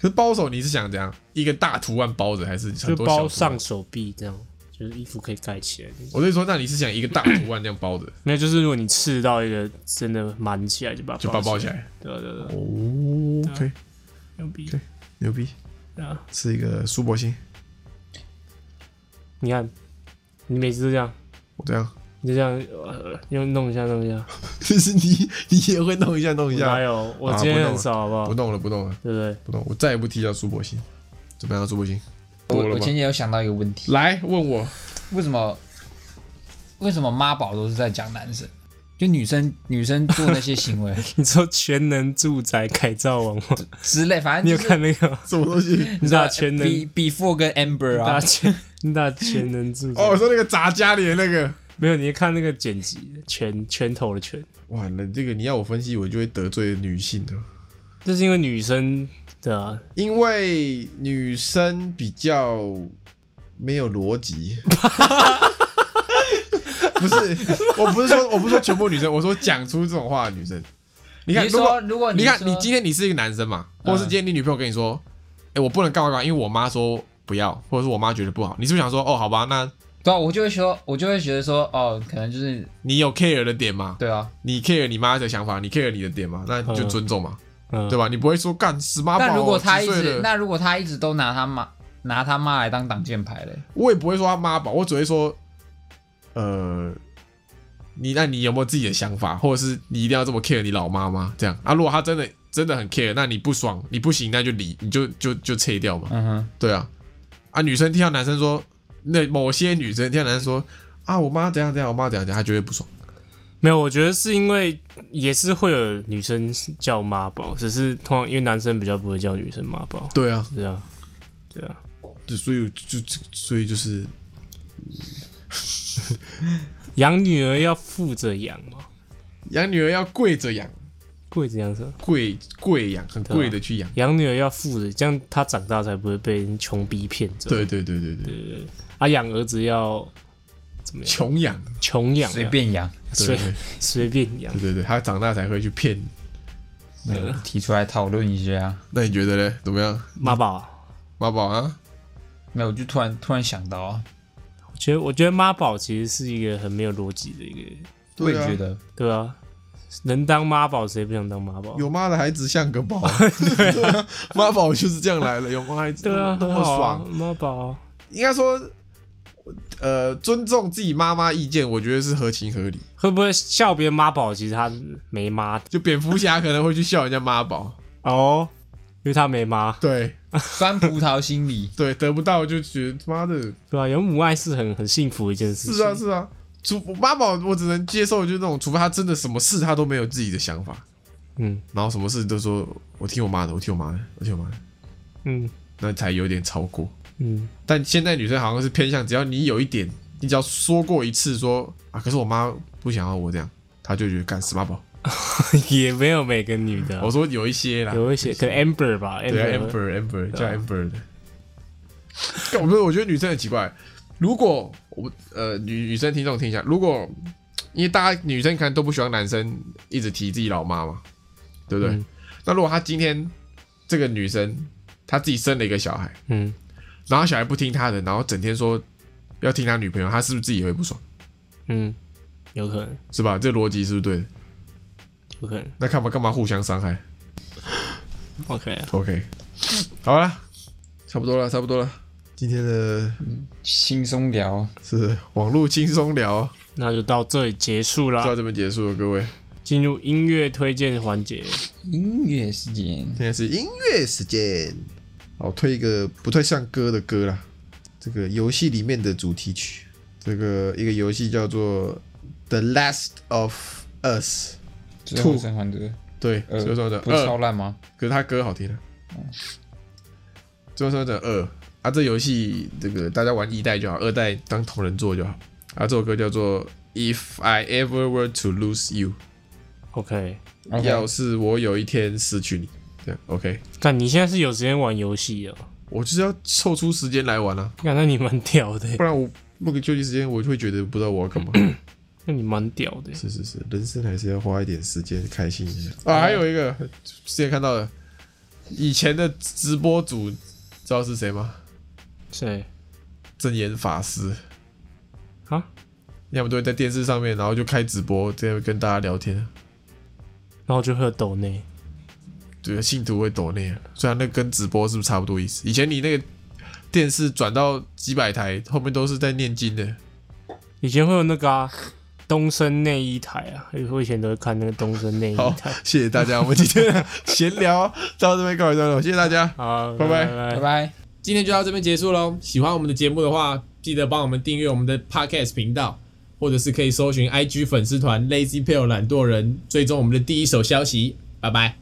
Speaker 2: 可是包手你是想怎样？一个大图案包着，还是很
Speaker 3: 就
Speaker 2: 多小
Speaker 3: 包
Speaker 2: 图案
Speaker 3: 上？手臂这样，就是衣服可以盖起来。
Speaker 2: 我是说，那你是想一个大图案这样包着，
Speaker 3: 没有，就是如果你刺到一个真的满起来，就把它
Speaker 2: 就把它包起
Speaker 3: 来。
Speaker 2: 来？
Speaker 3: 对啊对啊对啊，
Speaker 2: 哦，OK，
Speaker 3: 牛逼
Speaker 2: 对牛逼，
Speaker 3: 啊！
Speaker 2: 是一个苏博星，
Speaker 3: 你看，你每次都这样，
Speaker 2: 我这样，
Speaker 3: 你就这样，呃，又弄一下弄一下。
Speaker 2: 就是 你你也会弄一下弄一
Speaker 3: 我哪
Speaker 2: 下，
Speaker 3: 有？我
Speaker 2: 啊
Speaker 3: 今天
Speaker 2: 不弄
Speaker 3: 很
Speaker 2: 了
Speaker 3: 少，好不好
Speaker 2: 不？弄了不弄了
Speaker 3: 对不对？
Speaker 2: 不弄，我再也不提到苏博星，怎么样，苏博星？
Speaker 5: 我
Speaker 2: 多了
Speaker 5: 我
Speaker 2: 吗
Speaker 5: 前？也有想到一个问题，
Speaker 2: 来问我，
Speaker 5: 为什么为什么妈宝都是在讲男生？就女生女生做那些行 为
Speaker 3: 你说全能住宅改造王吗？
Speaker 5: 之类，反
Speaker 3: 你
Speaker 5: 正
Speaker 3: 有
Speaker 5: 就是
Speaker 3: 看那个吗？
Speaker 2: 什么东西？
Speaker 5: 你知道
Speaker 3: 大全能
Speaker 5: 比 before 跟 amber
Speaker 3: 大
Speaker 5: 啊，
Speaker 3: 全大全能住宅
Speaker 2: 哦，我说那个砸家里的那个，
Speaker 3: 没有？你看那个剪辑，拳拳头的拳，
Speaker 2: 哇，那这个你要我分析，我就会得罪女性的，
Speaker 3: 这是因为女生对啊，
Speaker 2: 因为女生比较没有逻辑。 不是，我不是说我不是说全部女生，我说讲出这种话的女生。你看，
Speaker 5: 你是
Speaker 2: 如果
Speaker 5: 说如果
Speaker 2: 你看
Speaker 5: 说嗯
Speaker 2: 你今天你是一个男生嘛，或者是今天你女朋友跟你说，哎、我不能干嘛干嘛，因为我妈说不要，或者是我妈觉得不好，你是不是想说，哦，好吧，那
Speaker 5: 对啊，我就会说，我就会觉得说，哦，可能就是
Speaker 2: 你有 care 的点吗？
Speaker 5: 对啊，
Speaker 2: 你 care 你妈的想法，你 care 你的点嘛，那你就
Speaker 3: 嗯
Speaker 2: 尊重嘛，
Speaker 3: 嗯，
Speaker 2: 对吧？你不会说干死妈宝哦，
Speaker 5: 但如果他
Speaker 2: 几
Speaker 5: 一
Speaker 2: 岁
Speaker 5: 直
Speaker 2: 了
Speaker 5: 那如果他一直都拿他妈拿他妈来当挡箭牌嘞，
Speaker 2: 我也不会说他妈宝，我只会说，呃，你那你有没有自己的想法，或者是你一定要这么 care 你老妈吗？这样啊，如果他真的真的很 care，那你不爽，你不行，那就离，你就就就撤掉嘛。
Speaker 5: 嗯哼，
Speaker 2: 对啊，啊，女生听到男生说，那某些女生听到男生说啊，我妈怎样怎样，我妈怎样怎样，她绝对不爽。
Speaker 3: 没有，我觉得是因为也是会有女生叫妈宝，只是通常因为男生比较不会叫女生妈宝，
Speaker 2: 对啊，
Speaker 3: 对啊，对啊，
Speaker 2: 就所以就就所以就是
Speaker 3: 养女儿要负责养嘛，
Speaker 2: 养女儿要跪着养，
Speaker 3: 跪着养什么？
Speaker 2: 跪跪养，很
Speaker 3: 对啊
Speaker 2: 跪的去养。
Speaker 3: 养女儿要负责，这样她长大才不会被穷逼骗走。
Speaker 2: 对对对对对，
Speaker 3: 啊，养儿子要
Speaker 2: 穷养，
Speaker 3: 穷养啊，
Speaker 5: 随便养，
Speaker 2: 对
Speaker 3: 随
Speaker 2: 对
Speaker 3: 随便养
Speaker 2: 对。对对，他长大才会去骗你。
Speaker 5: 提出来讨论一下。啊
Speaker 2: 那你觉得呢？怎么样，
Speaker 3: 妈宝啊，
Speaker 2: 妈宝啊？
Speaker 5: 没有，我就突然突然想到啊，
Speaker 3: 我觉得我觉得妈宝其实是一个很没有逻辑的一个，
Speaker 5: 我也
Speaker 2: 对啊
Speaker 5: 觉得
Speaker 3: 对啊，能当妈宝谁不想当妈宝？
Speaker 2: 有妈的孩子像个宝，对啊， 妈宝就是这样来了。有妈孩子，
Speaker 3: 对啊，
Speaker 2: 那
Speaker 3: 很
Speaker 2: 么
Speaker 3: 好啊
Speaker 2: 爽。，
Speaker 3: 妈宝啊。
Speaker 2: 应该说，呃，尊重自己妈妈意见，我觉得是合情合理。
Speaker 3: 会不会笑别人妈宝？其实他没妈
Speaker 2: 就蝙蝠侠可能会去笑人家妈宝，
Speaker 3: 哦，因为他没妈，
Speaker 2: 对，
Speaker 5: 酸葡萄心理
Speaker 2: 对，得不到就觉得妈的，
Speaker 3: 对吧、有母爱是很很幸福的一件事情。
Speaker 2: 啊是啊是啊。除妈宝，我只能接受，就那种，除非他真的什么事他都没有自己的想法，
Speaker 3: 嗯
Speaker 2: 然后什么事都说我听我妈的，我听我妈的，我听我妈的，
Speaker 3: 嗯
Speaker 2: 那才有点超过。
Speaker 3: 嗯，
Speaker 2: 但现在女生好像是偏向，只要你有一点，你只要说过一次说啊，可是我妈不想要我这样，她就觉得干死妈宝。
Speaker 3: 嗯 也没有每个女的啊、
Speaker 2: 我说有一些啦，
Speaker 3: 有一些可能 Amber 吧
Speaker 2: 对
Speaker 3: ，Amber，
Speaker 2: ，amber amber 叫
Speaker 3: 对啊
Speaker 2: amber 的。干我不是，我觉得女生很奇怪。如果我呃女女生听众听一下，如果因为大家女生可能都不喜欢男生一直提自己老妈嘛，对不对？
Speaker 3: 嗯
Speaker 2: 那如果她今天这个女生她自己生了一个小孩，
Speaker 3: 嗯，
Speaker 2: 然后小孩不听她的，然后整天说要听她女朋友，她是不是自己也会不爽？
Speaker 3: 嗯，有可能，
Speaker 2: 是吧？这逻辑是不是对的？
Speaker 3: 有可能
Speaker 2: 那干嘛干嘛互相伤害
Speaker 3: ，OK 啊。
Speaker 2: ？OK，好了，差不多了，差不多了。今天的
Speaker 5: 轻松聊，
Speaker 2: 是网络轻松聊，
Speaker 3: 那就到这里结束
Speaker 2: 就到
Speaker 3: 了，
Speaker 2: 这边结束了，各位。
Speaker 3: 进入音乐推荐环节。
Speaker 5: 音乐时间，
Speaker 2: 现在是音乐时间，好推一个不太像歌的歌啦，这个游戏里面的主题曲，这个一个游戏叫做《The Last of Us》，嗯
Speaker 5: 最后
Speaker 2: Two
Speaker 5: 生还者，
Speaker 2: 对，
Speaker 5: 呃
Speaker 2: 《最后生还者
Speaker 5: 不
Speaker 2: 二
Speaker 5: 是》超烂吗？
Speaker 2: 可是他歌好听啊，《最后生还者二》啊，这游戏这个大家玩一代就好，二代当同人做就好。啊，这首歌叫做《If I Ever Were to Lose You》，
Speaker 3: OK，
Speaker 2: 要是我有一天失去你，这样 OK，
Speaker 3: 但你现在是有时间玩游戏了，
Speaker 2: 我就是要抽出时间来玩啊，
Speaker 3: 看那你蛮屌的欸，
Speaker 2: 不然我那个休息时间我就会觉得不知道我要干嘛。
Speaker 3: 那你蛮屌的欸。
Speaker 2: 是是是，人生还是要花一点时间开心一下啊。还有一个之前看到的，以前的直播主知道是谁吗？
Speaker 3: 谁
Speaker 2: 真言法师，
Speaker 3: 啊？
Speaker 2: 要么都会在电视上面，然后就开直播，这样跟大家聊天。
Speaker 3: 然后就喝抖内，
Speaker 2: 对，信徒会抖内啊，虽然那跟直播是不是差不多意思？以前你那个电视转到几百台，后面都是在念经的。
Speaker 3: 以前会有那个、啊、东升内衣台啊，我以前都会看那个东升内 衣
Speaker 2: 好
Speaker 3: 台，
Speaker 2: 谢谢大家，我们今天 的闲聊到这边告一段落，谢谢大家。
Speaker 3: 好，
Speaker 2: 拜拜
Speaker 3: 拜
Speaker 4: 拜拜。
Speaker 1: 今天就到这边结束喽。喜欢我们的节目的话，记得帮我们订阅我们的 Podcast 频道，或者是可以搜寻 IG 粉丝团 Lazy p a l e 懒惰人，追踪我们的第一手消息。拜拜。